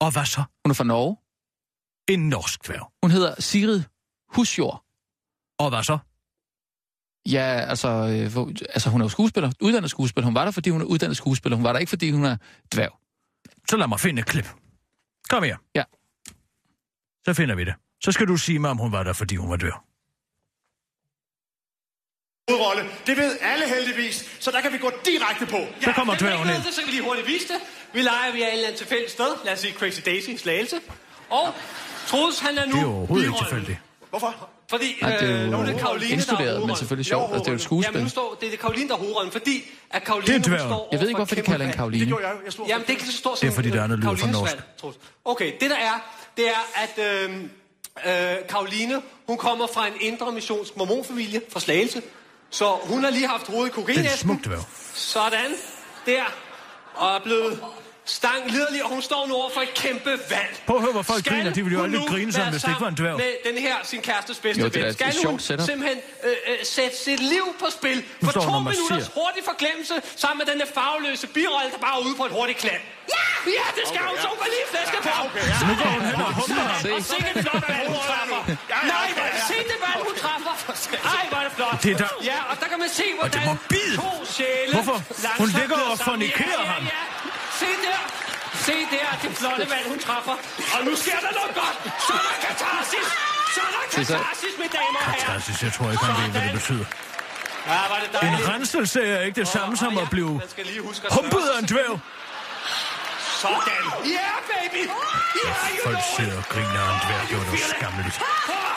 S4: Og hvad så?
S5: Hun er fra Norge.
S4: En norsk dværg.
S5: Hun hedder Sigrid Husjord.
S4: Og hvad så?
S5: Ja, altså, øh, hvor, altså hun er jo skuespiller. Uddannet skuespiller. Hun var der, fordi hun er uddannet skuespiller. Hun var der ikke, fordi hun er dværg.
S4: Så lad mig finde et klip. Kom her.
S5: Ja.
S4: Så finder vi det. Så skal du sige mig, om hun var der, fordi hun var dør.
S8: hovedrolle. Det ved alle heldigvis, så der kan vi gå direkte på. Ja.
S4: Så kommer dværgen ind.
S9: Så kan vi lige hurtigt vise det. Vi leger, vi er et eller andet tilfældigt sted. Lad os sige Crazy Daisy, slagelse. Og Troels, han er nu...
S4: Det er jo overhovedet ikke tilfældigt.
S8: Hvorfor?
S9: Fordi øh,
S5: Nej, det er jo
S9: nu det Karoline, der er
S5: indstuderet, men
S9: hovedrollen.
S5: selvfølgelig sjovt. Altså, det er jo et
S9: Jamen, nu
S5: skuespil.
S9: står, det er det Karoline, der er hovedrollen, fordi at
S4: Det
S9: Karoline,
S4: er
S9: hun
S4: dværgen.
S9: står
S5: Jeg ved ikke,
S9: overfor
S5: hvorfor de kalder
S9: et kæmpe
S8: Det
S5: hende
S9: valg.
S5: Karoline.
S8: gjorde jeg. Jeg slog
S9: Jamen, det er ikke lige så stort som... øh,
S4: Det er, fordi det andet lyder for
S9: Karolines
S4: norsk.
S9: valg, Troels. Okay, det der er, det er, at øhm, øh, Karoline, hun kommer fra en indre missions mormonfamilie fra Slagelse. Så hun har lige haft hovedet i
S4: Det er
S9: kokainæsken.
S4: et smukt dværg.
S9: Sådan. Der. Og er blevet stang liderlig, og hun står nu over for et kæmpe valg.
S4: Prøv at høre, hvor folk
S9: Skal
S4: griner. De ville jo
S9: hun
S4: aldrig
S9: nu
S4: grine sammen,
S9: være
S4: hvis det ikke var en
S9: sammen
S4: dværg.
S9: Med den her, sin kærestes bedste
S5: Jo, det er da
S9: ven.
S5: et-
S9: Skal
S5: et
S9: hun
S5: sjovt setup.
S9: simpelthen øh, øh, sætte sit liv på spil for
S4: står
S9: to
S4: hun og masserer.
S9: minutters hurtig forglemmelse, sammen med den der farveløse birolle, der bare er ude på et hurtigt klap. Ja! Ja, det skal okay, hun, så hun går lige flæske på. Så
S4: Nu går hun hen og humper ham.
S9: og sikke et flot valg, hun træffer. Nej, hvor er det se det valg, hun træffer. Ej, hvor er det flot.
S4: Det er der-
S9: Ja, og der kan man se, hvordan
S4: morbidt.
S9: to sjæle
S4: Hvorfor?
S9: langsomt
S4: Hun ligger
S9: glider
S4: og
S9: sammen.
S4: fornikerer
S9: ja, ja,
S4: ham.
S9: Ja, Se der. Se der, det flotte valg, hun træffer. Og nu sker der noget godt. Så er der katarsis. Så er der
S5: Se så.
S9: katarsis, mine damer og herrer.
S4: Fantastisk, jeg tror ikke, han ved, hvad det betyder.
S9: Ja, var det
S4: En
S9: dejligt.
S4: renselse er ikke det samme som at blive
S9: Man skal lige huske at
S4: humpet
S9: spørge.
S4: af en dværg.
S9: Sådan. Yeah, baby. Yeah, you
S4: Folk
S9: know
S4: sidder og griner af en dværg. Det var da skammeligt.
S9: it.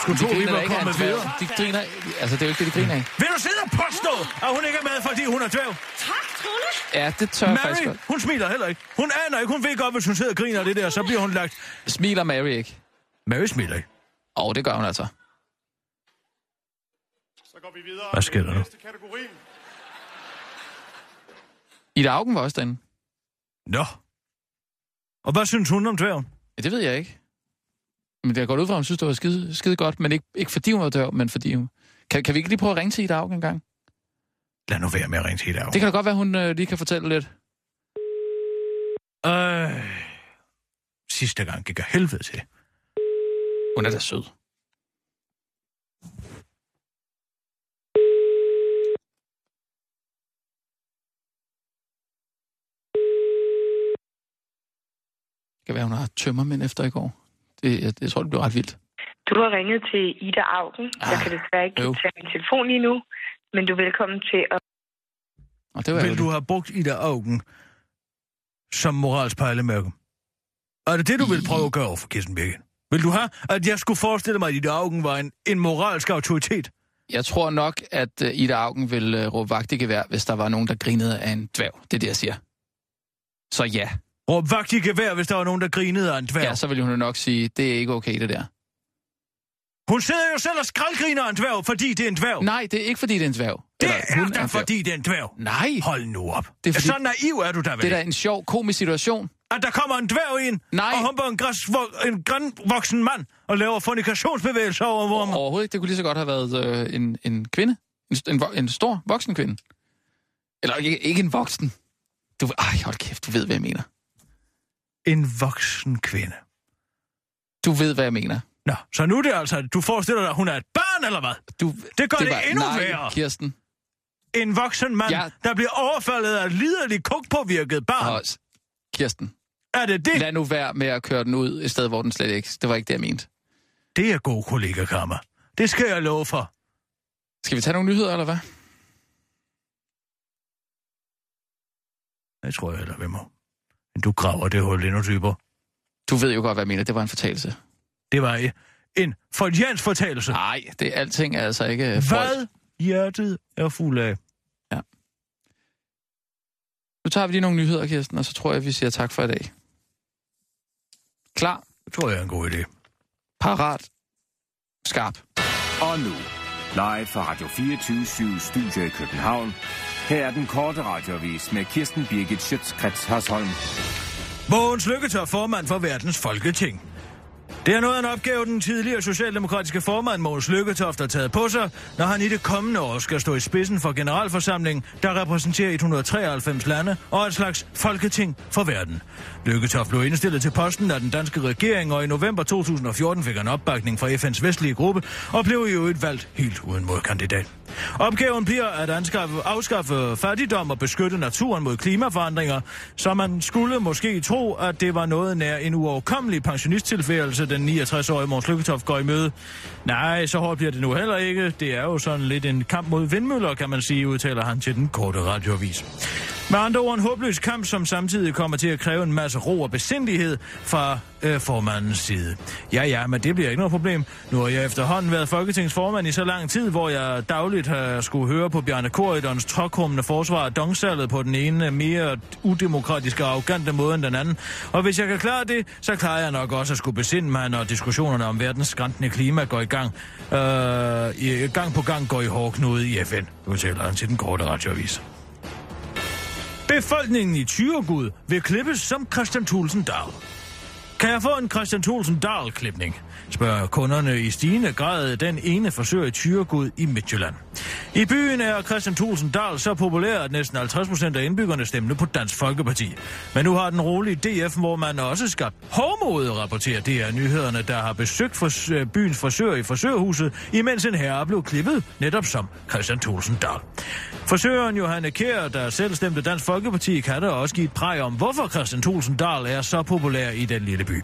S4: Skulle
S5: De
S4: tro, vi
S5: griner da
S4: var
S5: ikke af en
S4: kommet
S5: dværg.
S4: videre.
S5: De griner... Altså, det er jo ikke det, de griner af.
S4: Vil du sidde og påstå, at hun ikke er med, fordi hun er dværg?
S7: Tak, Trulle.
S5: Ja, det tør jeg faktisk
S4: Mary,
S5: godt.
S4: hun smiler heller ikke. Hun aner ikke. Hun ved godt, hvis hun sidder og griner af det der, så bliver hun lagt.
S5: Smiler Mary ikke?
S4: Mary smiler ikke.
S5: Åh, oh, det gør hun altså.
S8: Så går vi videre.
S4: Hvad sker der nu?
S8: Næste kategori.
S5: Ida Augen var også derinde.
S4: Nå. Og hvad synes hun om dværgen?
S5: Ja, det ved jeg ikke. Men jeg går ud fra, at hun synes, det var skide, skide godt. Men ikke, ikke fordi hun var dør, men fordi hun... Kan, kan vi ikke lige prøve at ringe til Ida Augen en gang?
S4: Lad nu være med at ringe til Ida.
S5: Det kan da godt være, hun øh, lige kan fortælle lidt.
S4: Øh, Sidste gang gik jeg helvede til.
S5: Hun er da sød. Det kan være, hun har tømmermænd efter i går. Det, jeg, jeg tror, det blev ret vildt.
S10: Du har ringet til Ida Augen. Jeg
S5: Ah,
S10: kan desværre ikke
S5: øv.
S10: tage min telefon lige nu, men du er velkommen til at...
S5: Og det var
S4: Vil
S5: ærgerligt.
S4: du have brugt Ida Augen som moralsk pejlemærke? Er det det, du vil prøve at gøre over for Kirsten Birgit? Vil du have, at jeg skulle forestille mig, at Ida Augen var en, en moralsk autoritet?
S5: Jeg tror nok, at øh, Ida Augen ville øh, råbe vagt i gevær, hvis der var nogen, der grinede af en dværg. Det er det, jeg siger. Så ja.
S4: Råb vagt i gevær, hvis der var nogen, der grinede af en dværg.
S5: Ja, så ville hun jo nok sige, det er ikke okay, det der.
S4: Hun sidder jo selv og skraldgriner af en dværg, fordi det er en dværg.
S5: Nej, det er ikke, fordi det er en dværg.
S4: det
S5: Eller,
S4: er,
S5: hun
S4: da,
S5: en dværg.
S4: fordi det er en dværg.
S5: Nej,
S4: Hold nu op.
S5: Det er fordi-
S4: Så naiv er du da vel.
S5: det er da en sjov, komisk situation.
S4: At der kommer en dværg ind,
S5: Nej.
S4: og humper en, græs, en grønvoksen mand og laver fornikationsbevægelser over vormen.
S5: Overhovedet ikke. Det kunne lige så godt have været øh, en, en kvinde. En, st- en, vo- en stor, voksen kvinde. Eller ikke, ikke en voksen. Du, ej, hold kæft, du ved, hvad jeg mener.
S4: En voksen kvinde.
S5: Du ved, hvad jeg mener.
S4: Nå, så nu er det altså, at du forestiller dig, at hun er et barn, eller hvad?
S5: Du,
S4: Det gør det
S5: var-
S4: endnu
S5: nej,
S4: værre.
S5: Kirsten.
S4: En voksen mand,
S5: Ja.
S4: der bliver overfaldet af et liderligt kogpåvirket barn.
S5: Og, Kirsten,
S4: Er det det?
S5: lad nu være med at køre den ud et sted, hvor den slet ikke... Det var ikke det, jeg mente.
S4: Det er god kollegakammer. Det skal jeg love for.
S5: Skal vi tage nogle nyheder, eller hvad?
S4: Det tror jeg heller, vi må. Men du graver det hul endnu dybere.
S5: Du ved jo godt, hvad jeg mener. Det var en fortalelse.
S4: Det var øh, en fortjens fortalelse.
S5: Nej, det er alting er altså ikke... øh, Freud.
S4: Hvad hjertet er fuld af.
S5: Nu tager vi lige nogle nyheder, Kirsten, og så tror jeg, vi siger tak for i dag. Klar,
S4: Det tror jeg er en god idé.
S5: parat, skarp.
S6: Og nu, live fra Radio 24 Studio i København. Her er den korte radiovis med Kirsten Birgit Schøtzgrads Hasholm.
S4: Mogens Lykketør, formand for verdens folketing. Det er noget af en opgave, den tidligere socialdemokratiske formand Mogens Lykketoft har taget på sig, når han i det kommende år skal stå i spidsen for generalforsamlingen, der repræsenterer 193 lande og et slags folketing for verden. Lykketoft blev indstillet til posten af den danske regering, og i november 2014 fik han opbakning fra FN's vestlige gruppe og blev i øvrigt valgt helt uden modkandidat. Opgaven bliver at anskaffe, afskaffe fattigdom og beskytte naturen mod klimaforandringer, så man skulle måske tro, at det var noget nær en uoverkommelig pensionisttilværelse, den 69-årige Måns Lykketoft går i møde. Nej, så hårdt bliver det nu heller ikke. Det er jo sådan lidt en kamp mod vindmøller, kan man sige, udtaler han til den korte radioavis. Med andre ord en håbløs kamp, som samtidig kommer til at kræve en masse ro og besindighed fra øh, formandens side. Ja, ja, men det bliver ikke noget problem. Nu har jeg efterhånden været folketingsformand i så lang tid, hvor jeg dagligt har skulle høre på Bjarne Korydons tråkrummende forsvar af dongsalget på den ene mere udemokratiske og arrogante måde end den anden. Og hvis jeg kan klare det, så klarer jeg nok også at skulle besinde mig, når diskussionerne om verdens skræntende klima går i gang. Øh, i- gang på gang går i hårdknude i FN, udtaler han til den korte radioavis. Befolkningen i Tyregud vil klippes som Christian Thulsen Dahl. Kan jeg få en Christian Thulsen Dahl-klipning? Spørger kunderne i stigende grad den ene forsøger i Tyregud i Midtjylland. I byen er Christian Thulsen Dahl så populær, at næsten 50 procent af indbyggerne stemte på Dansk Folkeparti. Men nu har den rolige DF, hvor man også skabt hårdmode, rapporterer DR Nyhederne, der har besøgt fors- øh, byens frisør i frisørhuset, imens en herre blev klippet, netop som Christian Thulsen Dahl. Forsøgeren Johanne Kjær, der selv stemte Dansk Folkeparti, kan da også give et præg om, hvorfor Christian Thulsen Dahl er så populær i den lille by.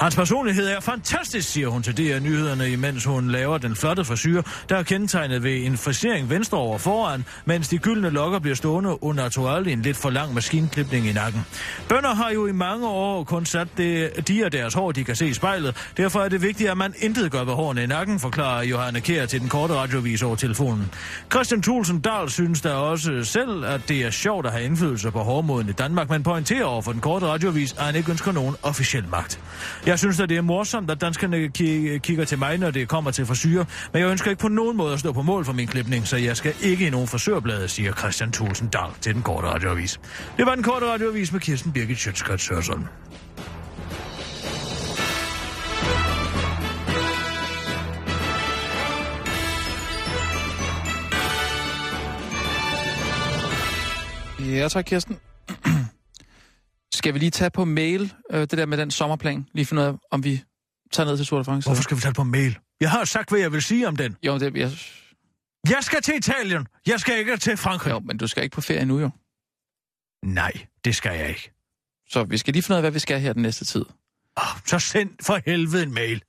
S4: Hans personlighed er fantastisk, siger hun til DR Nyhederne, imens hun laver den flotte frisyr, der er kendetegnet ved en frisering venstre over foran, mens de gyldne lokker bliver stående unaturligt i en lidt for lang maskinklipning i nakken. Bønder har jo i mange år kun sat det, de og deres hår, de kan se i spejlet. Derfor er det vigtigt, at man intet gør ved hårene i nakken, forklarer Johanne Kjær til den korte radiovis over telefonen. Christian Thulsen Dahl synes da også selv, at det er sjovt at have indflydelse på hårdmoden i Danmark, men pointerer over for den korte radiovis, at han ikke ønsker nogen officiel magt. Jeg synes at det er morsomt, at danskerne ki- kigger til mig, når det kommer til frisyrer, men jeg ønsker ikke på nogen måde at stå på mål for min klipning, så jeg skal ikke i nogen forsørblade, siger Christian Thulsen Dahl til den korte radioavis. Det var den korte radioavis med Kirsten Birgit Sjøtskrets Sørsson.
S5: Ja, tak, Kirsten. [CLEARS THROAT] Skal vi lige tage på mail, øh, det der med den sommerplan, lige finde ud af, om vi tager ned til Tour de France?
S4: Hvorfor skal vi tage det på mail? Jeg har sagt, hvad jeg vil sige om den.
S5: Jo, det, jeg,
S4: Jeg skal til Italien. Jeg skal ikke til Frankrig.
S5: jo, men du skal ikke på ferie nu jo.
S4: Nej, det skal jeg ikke.
S5: Så vi skal lige finde ud af, hvad vi skal her den næste tid.
S4: Oh, så send for helvede en mail.